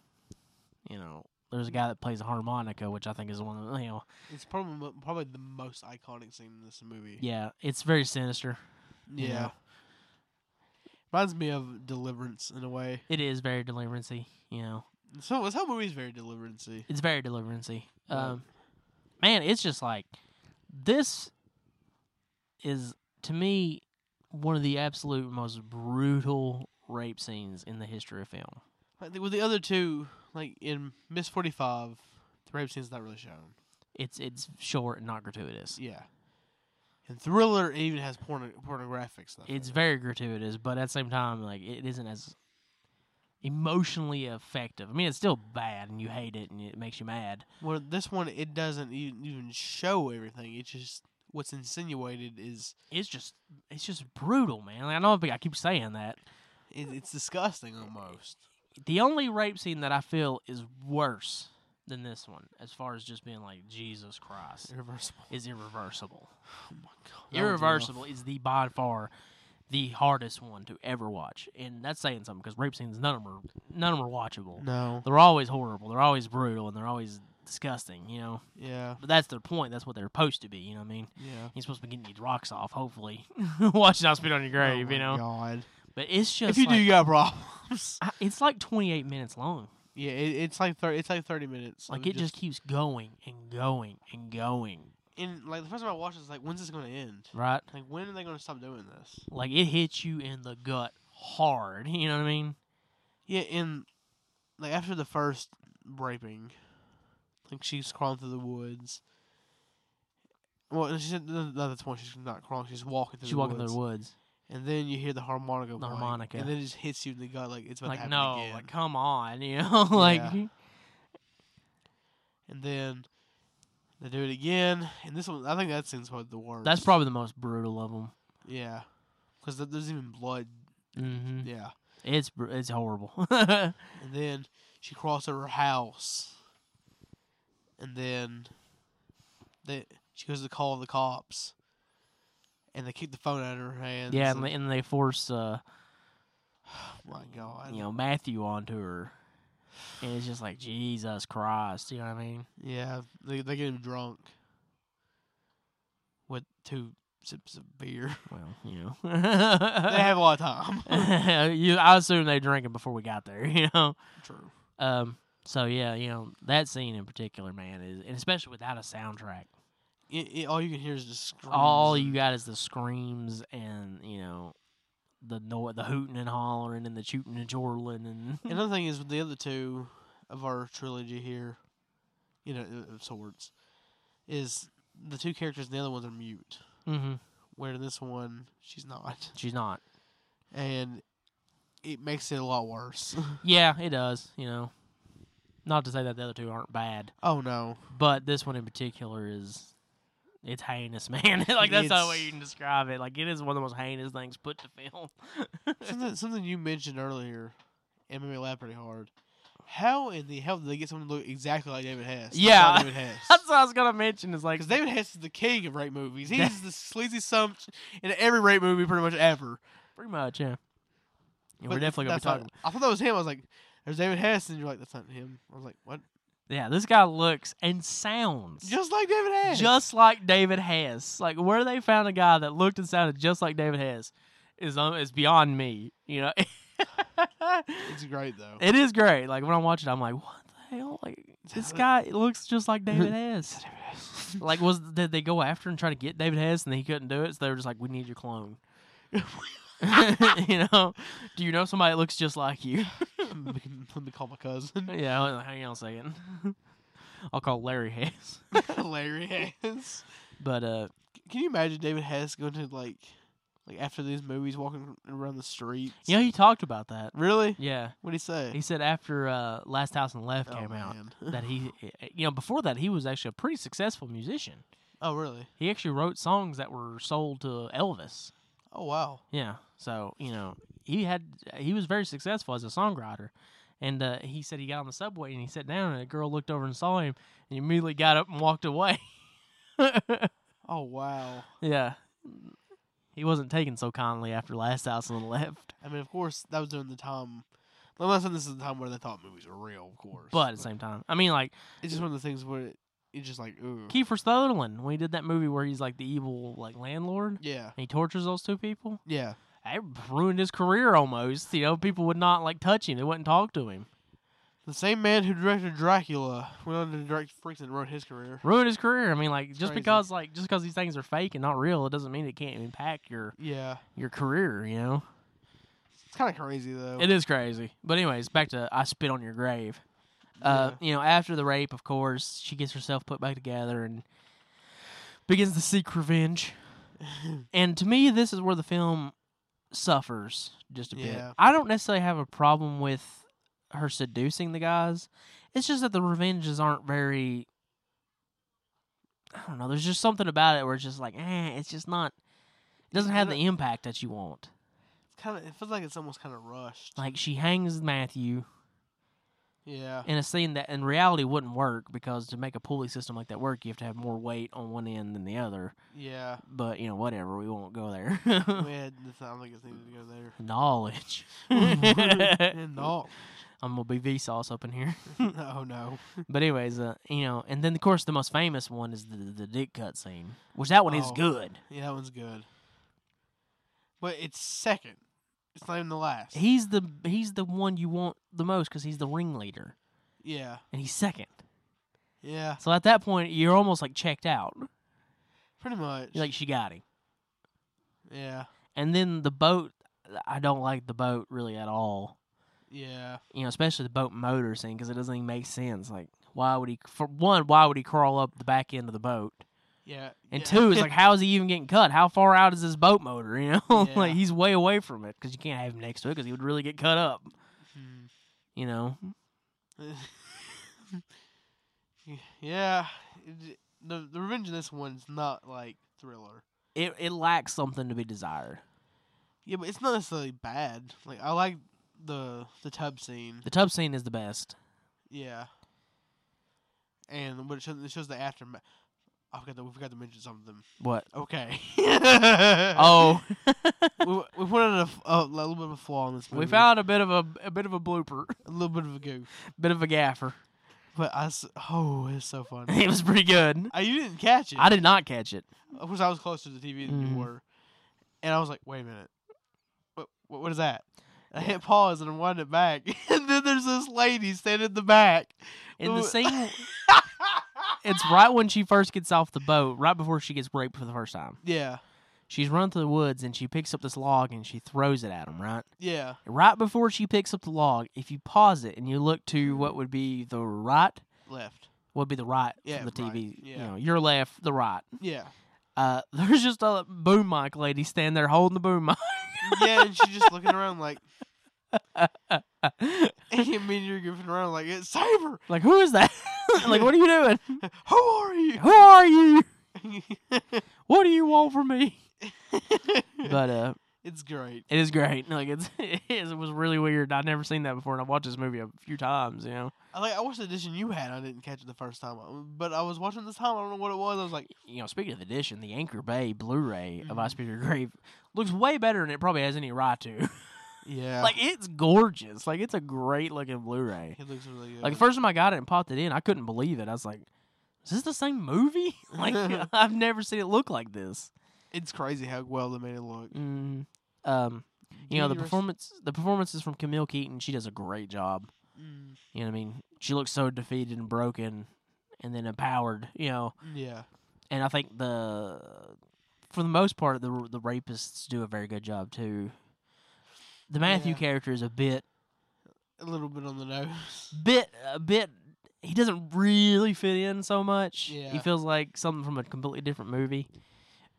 B: You know, there's a guy that plays a harmonica, which I think is one of the, you know,
C: it's probably mo- probably the most iconic scene in this movie.
B: yeah, it's very sinister.
C: yeah.
B: Yeah.
C: Reminds me of Deliverance in a way.
B: It is very deliverancy, you know,
C: So this whole movie's very Deliverancy.
B: it's very deliverancy.
C: Right.
B: Um, man, it's just like this is to me one of the absolute most brutal rape scenes in the history of film.
C: Like with the other two, like in Miss Forty Five, the rape scene's not really shown.
B: It's it's short and not gratuitous.
C: Yeah. And Thriller even has porno- pornographic stuff. in
B: It's
C: it.
B: very gratuitous, but at the same time, like it isn't as emotionally effective. I mean, it's still bad, and you hate it, and it makes you mad.
C: well, this one it doesn't even, even show everything. It's just what's insinuated is
B: It's just, it's just brutal, man. Like, I know I keep saying that.
C: it, it's disgusting almost.
B: The only rape scene that I feel is worse than this one, as far as just being like Jesus Christ,
C: Irreversible.
B: is irreversible.
C: Oh my god. that was
B: irreversible is the by far the hardest one to ever watch, and that's saying something because rape scenes none of them are none of them are watchable.
C: rough. No.
B: they're always horrible. They're always brutal, and they're always disgusting. You know,
C: Yeah.
B: but that's their point. That's what they're supposed to be. You know what I mean?
C: Yeah.
B: You're supposed to be getting these rocks off. Hopefully, watch not spit on your grave.
C: oh my
B: you know.
C: God.
B: But it's just
C: If you do,
B: like-
C: you got problems.
B: I- it's like 28 minutes long.
C: yeah. It, it's like thir- it's like thirty minutes.
B: Like
C: of
B: it just keeps going and going and going.
C: and like the first time I watched, it, it's like, when's this gonna end?
B: Right?
C: Like when are they gonna stop doing this?
B: Like it hits you in the gut hard. You know what I mean?
C: Yeah, and like after the first raping, like she's crawling through the woods. Well, and she said no, no, that's one. She's not crawling. She's walking through.
B: She's
C: the
B: walking
C: woods.
B: through the woods.
C: And then you hear the harmonica. playing,
B: harmonica.
C: And then it just hits you in the gut like it's about to
B: Like
C: happen
B: no,
C: again.
B: like come on. You know, like
C: Yeah. and then they do it again. And this one, I think that scene's probably the worst.
B: that's probably the most brutal of them.
C: yeah, because there's even blood.
B: Mm-hmm.
C: Yeah.
B: It's br- it's horrible.
C: And then she crawls to her house. And then they, she goes to call the cops. And they kick the phone out of her hands.
B: Yeah, and
C: and-
B: they, and they force uh,
C: oh my God.
B: you know Matthew onto her, and it's just like Jesus Christ. You know what I mean?
C: Yeah, they, they get him drunk. With two sips of beer.
B: Well, you
C: they
B: know,
C: have a lot of time.
B: you, I assume they drank it before we got there. You know,
C: True.
B: um. So yeah, you know that scene in particular, man, is and especially without a soundtrack,
C: It, it, all you can hear is just screams.
B: all
C: and-
B: you got is the screams and you know the no- the hooting and hollering and the shooting and chortling and
C: Another thing is with the other two of our trilogy here, you know, of- of sorts, is the two characters in the other ones are mute,
B: hmm
C: where in this one she's not,
B: she's not.
C: and it makes it a lot worse.
B: Yeah, it does. You know, not to say that the other two aren't bad.
C: oh no,
B: But this one in particular is it's heinous, man. like that's the way
C: It's-
B: you can describe it. Like it is one of the most heinous things put to film.
C: something something you mentioned earlier It made me laugh pretty hard. How in the hell did they get someone to look exactly like David Hess?
B: Yeah.
C: Not David Hess.
B: That's what I was gonna mention. Is like
C: Because David Hess is the king of rape movies. He's the sleazy sum in every rape movie pretty much ever.
B: pretty much, yeah. Yeah, we're
C: But
B: definitely gonna be
C: that's not-
B: talking.
C: I thought that was him. I was like, "There's David Hess," and you're like, "That's not him." I was like, "What?"
B: Yeah, this guy looks and sounds
C: Just like David Hess.
B: just like David Hess. Like where they found a guy that looked and sounded just like David Hess is um, is beyond me. You know,
C: it's great though.
B: it is great. Like when I watch it, I'm like, what the hell? Like this guy looks just like David Hess. Like was did they go after and try to get David Hess and he couldn't do it? So they were just like, we need your clone. you know, do you know somebody that looks just like you?
C: Let me call my cousin
B: yeah, hold on, hang on a second. I'll call Larry Hess.
C: Larry Hess.
B: But uh,
C: Can you imagine David Hess going to like, like after these movies, walking around the streets?
B: you know, he talked about that.
C: Really?
B: Yeah,
C: What would he say?
B: he said after uh, Last House on the Left
C: oh,
B: came out
C: man.
B: that he, eh, you know, before that he was actually a pretty successful musician.
C: oh, really?
B: He actually wrote songs that were sold to Elvis.
C: Oh, wow.
B: Yeah. So you know he had he was very successful as a songwriter, and uh, he said he got on the subway and he sat down and a girl looked over and saw him and he immediately got up and walked away.
C: Oh, wow.
B: yeah. He wasn't taken so kindly after Last House on the Left,
C: I mean, of course, that was during the time. I'm not saying this is the time where they thought movies were real, of course.
B: but at the same time, I mean, like
C: it's just one of the things where it, it's just like, ooh,
B: Mm-hmm. Kiefer Sutherland when he did that movie where he's like the evil like landlord and
C: yeah,
B: he tortures those two people.
C: yeah.
B: It ruined his career almost. You know, people would not like touch him; they wouldn't talk to him.
C: The same man who directed Dracula went on to direct Freaks and ruined his career.
B: ruined his career. I mean, like just
C: crazy.
B: because like just because these things are fake and not real, it doesn't mean it can't impact your
C: Yeah,
B: your career. You know,
C: it's kind of crazy though.
B: it is crazy. But anyways, back to I spit on your grave. Uh, You know, after the rape, of course, she gets herself put back together and begins to seek revenge. and to me, this is where the film suffers just a
C: Yeah.
B: bit. I don't necessarily have a problem with her seducing the guys. It's just that the revenges aren't very. I don't know. There's just something about it where it's just like, eh, it's just not. It doesn't have the impact that you want.
C: It's kind of. It feels like it's almost kind of rushed.
B: Like she hangs Matthew
C: yeah,
B: in a scene that in reality wouldn't work because to make a pulley system like that work, you have to have more weight on one end than the other.
C: yeah.
B: But you know, whatever. We won't go there.
C: We had. I don't think it's needed to go there.
B: Knowledge.
C: no,
B: I'm gonna be Vsauce up in here.
C: oh no.
B: But anyways, uh, you know, and then of course the most famous one is the the dick cut scene, which that one is
C: Oh.
B: good.
C: Yeah, that one's good. But it's second. It's not even the last.
B: He's the he's the one you want the most because he's the ringleader
C: yeah,
B: and he's second.
C: yeah.
B: So at that point, you're almost like checked out.
C: Pretty much.
B: You're like she got him.
C: yeah,
B: And then the boat, I don't like the boat really at all.
C: yeah.
B: you know, especially the boat motor scene, because it doesn't even make sense. Like, why would he? For one, why would he crawl up the back end of the boat?
C: Yeah.
B: And
C: yeah.
B: two, it's like, how is he even getting cut? How far out is his boat motor? You know,
C: Yeah.
B: like he's way away from it because you can't have him next to it because he would really get cut up.
C: Hmm.
B: You know,
C: yeah. it- the the revenge in this one's not like thriller.
B: it it lacks something to be desired.
C: Yeah, but it's not necessarily bad. Like I like the the tub scene.
B: The tub scene is the best.
C: Yeah. And what it shows, it shows the aftermath. I forgot to, we forgot to mention something.
B: What?
C: Okay. Uh,
B: Oh,
C: we, we pointed out a, f- a little bit of a flaw in this movie.
B: we found a bit of a a bit of a blooper,
C: a little bit of a goof,
B: bit of a gaffer.
C: but I s- oh, it's so funny.
B: It was pretty good.
C: I, you didn't catch it.
B: I did not catch it.
C: of course, I was closer to the TV than
B: Mhm.
C: you were, and I was like, "Wait a minute, what? What, what is that?" I hit pause and I wound it back, and then there's this lady standing in the back.
B: In the
C: Ooh.
B: scene, it's right when she first gets off the boat, right before she gets raped for the first time.
C: yeah,
B: She's run through the woods and she picks up this log and she throws it at him, right?
C: yeah,
B: Right before she picks up the log, if you pause it and you look to
C: Mm-hmm.
B: what would be the right,
C: left,
B: what would be the right
C: Yeah,
B: from the
C: right,
B: TV, you
C: yeah.
B: know, your left, the right.
C: yeah,
B: Uh, there's just a boom mic lady standing there holding the boom
C: yeah, and she's just looking around like,
B: mic.
C: and me and you're goofing around like, "It's Saber,
B: like, who is that? like, what are you doing?
C: who are you?"
B: Who are you? What do you want from me? But uh,
C: It's great.
B: It is great. Like it's it, is, it was really weird. I'd never seen that before, and I watched this movie a few times. You know,
C: I like. I watched the edition you had. I didn't catch it the first time, uh, but I was watching this time. I don't know what it was. I was like,
B: you know. Speaking of edition, the Anchor Bay Blu-ray of
C: Mhm.
B: I Speak Your Grave looks way better than it probably has any right to.
C: yeah,
B: like it's gorgeous. Like it's a great looking Blu-ray.
C: it looks really good.
B: Like the first time I got it and popped it in, I couldn't believe it. I was like, "Is this the same movie? like I've never seen it look like this."
C: it's crazy how well they made it look.
B: Mm, um, you know the
C: Judy Rest-
B: performance. The performance is from Camille Keaton. She does a great job.
C: Mm,
B: You know what I mean? She looks so defeated and broken, and then empowered. You know,
C: yeah,
B: and I think the for the most part the the rapists do a very good job too. The Matthew
C: Yeah.
B: character is a bit
C: a little bit on the nose.
B: bit a bit he doesn't really fit in so much. He
C: Yeah.
B: feels like something from a completely different movie.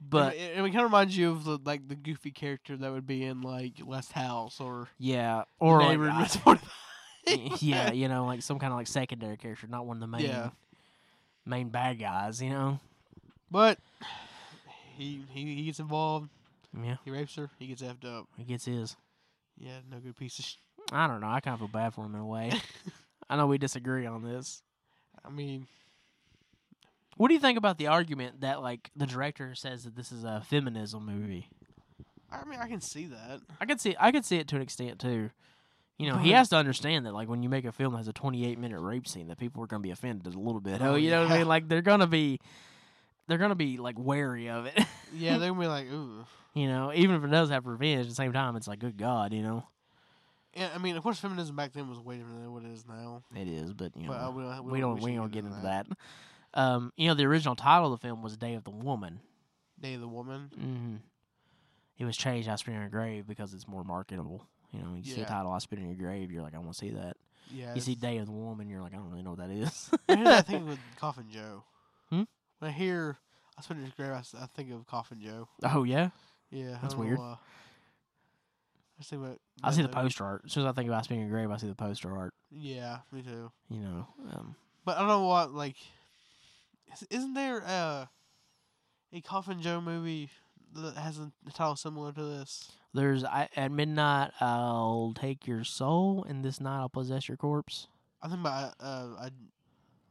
B: But
C: it, it, kind of reminds you of the, like the goofy character that would be in like Last House or
B: yeah, or like,
C: Neighbor in
B: I-
C: Miss 45.
B: yeah, you know, like some kind of like secondary character, not one of the main
C: Yeah.
B: main bad guys, you know.
C: But he, he he gets involved.
B: Yeah,
C: He rapes her. He gets effed up.
B: he gets his.
C: Yeah, no good piece of. Sh-
B: I don't know. I kind of feel bad for him in a way. I know we disagree on this.
C: I mean,
B: What do you think about the argument that like the director says that this is a feminism movie?
C: I mean, I can see that.
B: I could see I could see it to an extent too. You know, he
C: But-
B: has to understand that like when you make a film that has a 28 minute rape scene, that people are going to be offended a little bit. Oh,
C: Oh,
B: you know what I
C: yeah.
B: mean? Like they're going to be they're going to be like wary of it.
C: Yeah, they're gonna be like, ooh.
B: you know, even if it does have revenge, at the same time it's like good god, you know.
C: Yeah, I mean, of course, feminism back then was way different than what it is now.
B: It is, but you know.
C: But uh, we don't.
B: we don't we
C: shouldn't
B: don't get into that. Um, you know, the original title of the film was Day of the Woman.
C: Day of the Woman.
B: Mm-hmm. It was changed I Spit in Your Grave because it's more marketable. You know, when you see a
C: Yeah.
B: title I Spit in Your Grave, you're like I want to see that.
C: Yeah.
B: You see
C: it's-
B: Day of the Woman, you're like, I don't really know what that is.
C: I hear that thing with Coffin Joe.
B: Hmm?
C: When I hear I spit in his grave, I, s- I think of Coffin Joe.
B: oh yeah,
C: Yeah, I
B: That's
C: don't know
B: weird.
C: why. I see what.
B: I
C: that
B: see the
C: movie-
B: poster art. As soon as I think about Spinning Your Grave, I see the poster art.
C: Yeah, me too.
B: You know, um,
C: But I don't know what like. is- Isn't there uh, a Coffin Joe movie that has a title similar to this?
B: there's I, at midnight I'll take your soul, and this night I'll possess your corpse.
C: I think about uh, I,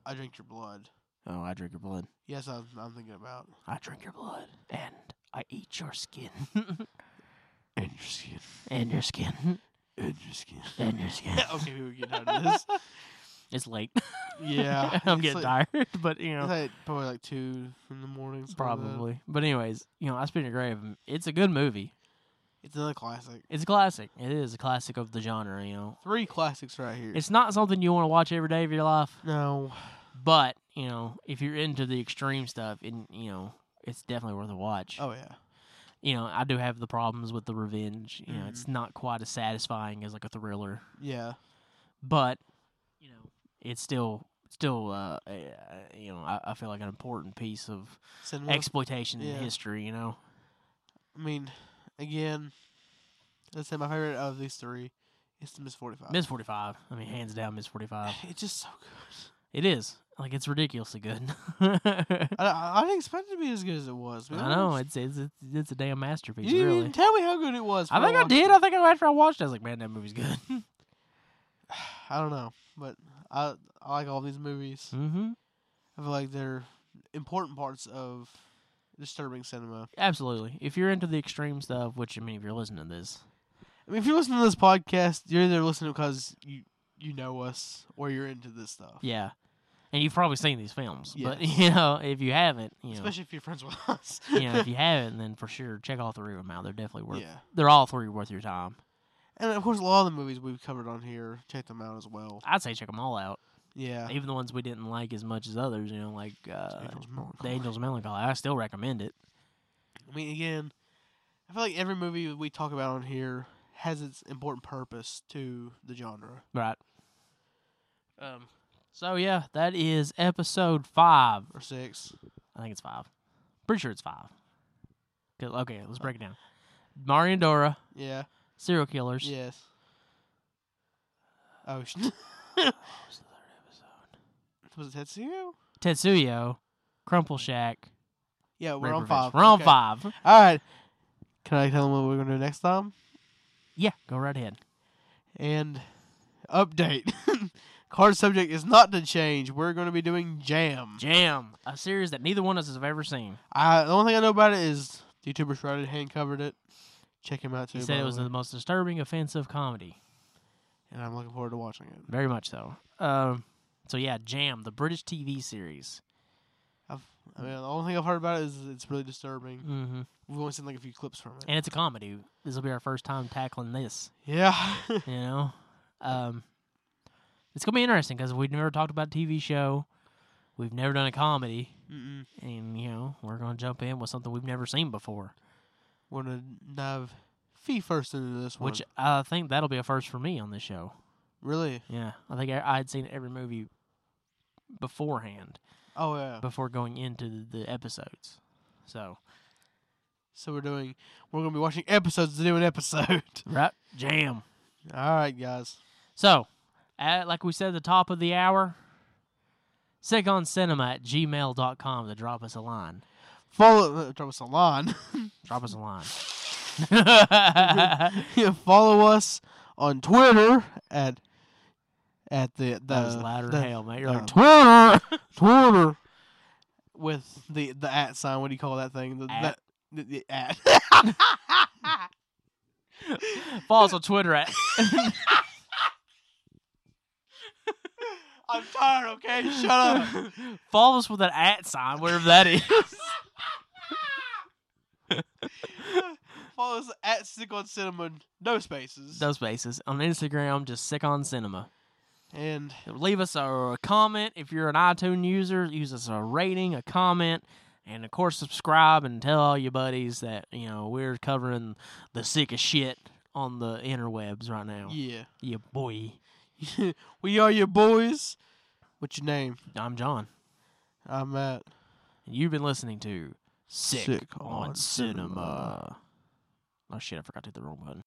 C: I drink your blood.
B: Oh, I drink your blood.
C: Yes, I'm, I'm thinking about.
B: I drink your blood, and I eat your skin,
C: And your skin.
B: and your skin,
C: And your skin.
B: and your skin.
C: okay, we were getting out of this.
B: It's late.
C: Yeah,
B: I'm
C: it's
B: getting
C: like-
B: tired, but you know.
C: It's like probably like two in the morning. something like that.
B: Probably, but anyways, you know, I spit in your grave. m- It's a good movie.
C: It's another classic.
B: It's a classic. It is a classic of the genre. You know,
C: Three classics right here.
B: it's not something you want to watch every day of your life,
C: no.
B: But you know, if you're into the extreme stuff, and you know, it's definitely worth a watch.
C: Oh yeah.
B: You know, I do have the problems with the revenge. You know, it's
C: Mm-hmm.
B: not quite as satisfying as like a thriller,
C: Yeah.
B: but you know, it's still still uh, a- a- you know, I, I feel like an important piece of
C: Cinema.
B: exploitation in
C: yeah.
B: history. You know,
C: I mean, again, let's say my favorite of these three is the Miss Forty Five.
B: Miss Forty Five. I mean, hands down, Miss Forty Five.
C: It's just so good.
B: It is like it's ridiculously good.
C: I, I, I didn't expect it to be as good as it was. man.
B: I know it's it's it's, it's a damn
C: You
B: masterpiece.
C: didn't
B: really,
C: even tell me how good it was.
B: I
C: before
B: think I
C: watched
B: did.
C: it.
B: I think after I watched, it, I was like, man, that movie's good.
C: I don't know, but I I like all these movies.
B: mm-hmm.
C: I feel like they're important parts of disturbing cinema.
B: Absolutely. If you're into the extreme stuff, which I mean, if you're listening to this,
C: I mean, if you listen to this podcast, you're either listening because you you know us or you're into this stuff.
B: yeah, and you've probably seen these films, but
C: Yes.
B: you know, if you haven't, you know,
C: Especially if you're friends with us.
B: you know, if you haven't, then for sure check all three of them out. They're definitely worth.
C: yeah.
B: They're all three worth your time.
C: And of course, a lot of the movies we've covered on here, check them out as well.
B: I'd say check them all out,
C: Yeah.
B: even the ones we didn't like as much as others. You know, like uh,
C: Angels of
B: The
C: Melancholy.
B: Angels of Melancholy. I still recommend it.
C: I mean, again, I feel like every movie we talk about on here has its important purpose to the genre.
B: Right. Um. So yeah, that is episode five.
C: Or six.
B: I think it's five. Pretty sure it's five. 'Kay, Okay, let's break it down. Mari and Dora,
C: Yeah.
B: serial killers.
C: Yes. Oh, sh- was it Tetsuo?
B: Tetsuyo, Crumple Shack.
C: Yeah, we're
B: Rape
C: on
B: Revenge.
C: five.
B: We're on
C: Okay.
B: five.
C: All right. Can I tell them what we're gonna do next time?
B: Yeah, go right ahead.
C: And update. Card subject is not to change. We're gonna be doing jam.
B: Jam, a series that neither one of us have ever seen.
C: I, the only thing I know about it is the YouTuber Shrouded hand covered it. Check him out too.
B: He
C: by
B: said it
C: the
B: was
C: way.
B: the most disturbing, offensive comedy.
C: and I'm looking forward to watching it.
B: Very much so. Um, so yeah, Jam, the British TV series.
C: I've, I mean, the only thing I've heard about it is it's really disturbing.
B: Mm-hmm.
C: We've only seen like a few clips from it.
B: And it's a comedy. This will be our first time tackling this.
C: Yeah.
B: You know, um, it's gonna be interesting because we've never talked about a TV show. We've never done a comedy,
C: Mm-mm.
B: and you know we're gonna jump in with something we've never seen before,
C: We're gonna dive feet first into this one.
B: which I think that'll be a first for me on this show.
C: really?
B: Yeah, I think I, I'd seen every movie beforehand
C: Oh yeah.
B: before going into the, the episodes. So
C: So we're doing. We're gonna be watching episodes to do an episode.
B: right, Jam.
C: All right, guys.
B: So, at, like we said at the top of the hour, SigonCinema at gmail.com to drop us a line.
C: Follow. Uh, drop us a line.
B: Drop us a line.
C: Yeah, follow us on Twitter at at the the
B: that was louder
C: the-
B: than hell, mate. You're like,
C: uh,
B: "Tw-
C: Twitter Twitter with the the at sign. What do you call that thing? The
B: At.
C: that- the, the at.
B: follow us on Twitter at.
C: I'm tired. Okay, shut up.
B: follow us with an at sign, whatever that is.
C: Follow us at Sick on Cinnamon. No spaces.
B: Those spaces. On Instagram, just Sick on Cinema.
C: And
B: Leave us a, a comment. If you're an iTunes user, use us a rating, a comment, and of course, subscribe and tell all your buddies that, you know, we're covering the sickest shit on the interwebs right now.
C: yeah,
B: Yeah, boy.
C: we are your boys. What's your name?
B: I'm John.
C: I'm Matt.
B: And you've been listening to Sick,
C: Sick
B: on,
C: on
B: cinema.
C: Cinema.
B: Oh shit, I forgot to hit the wrong button.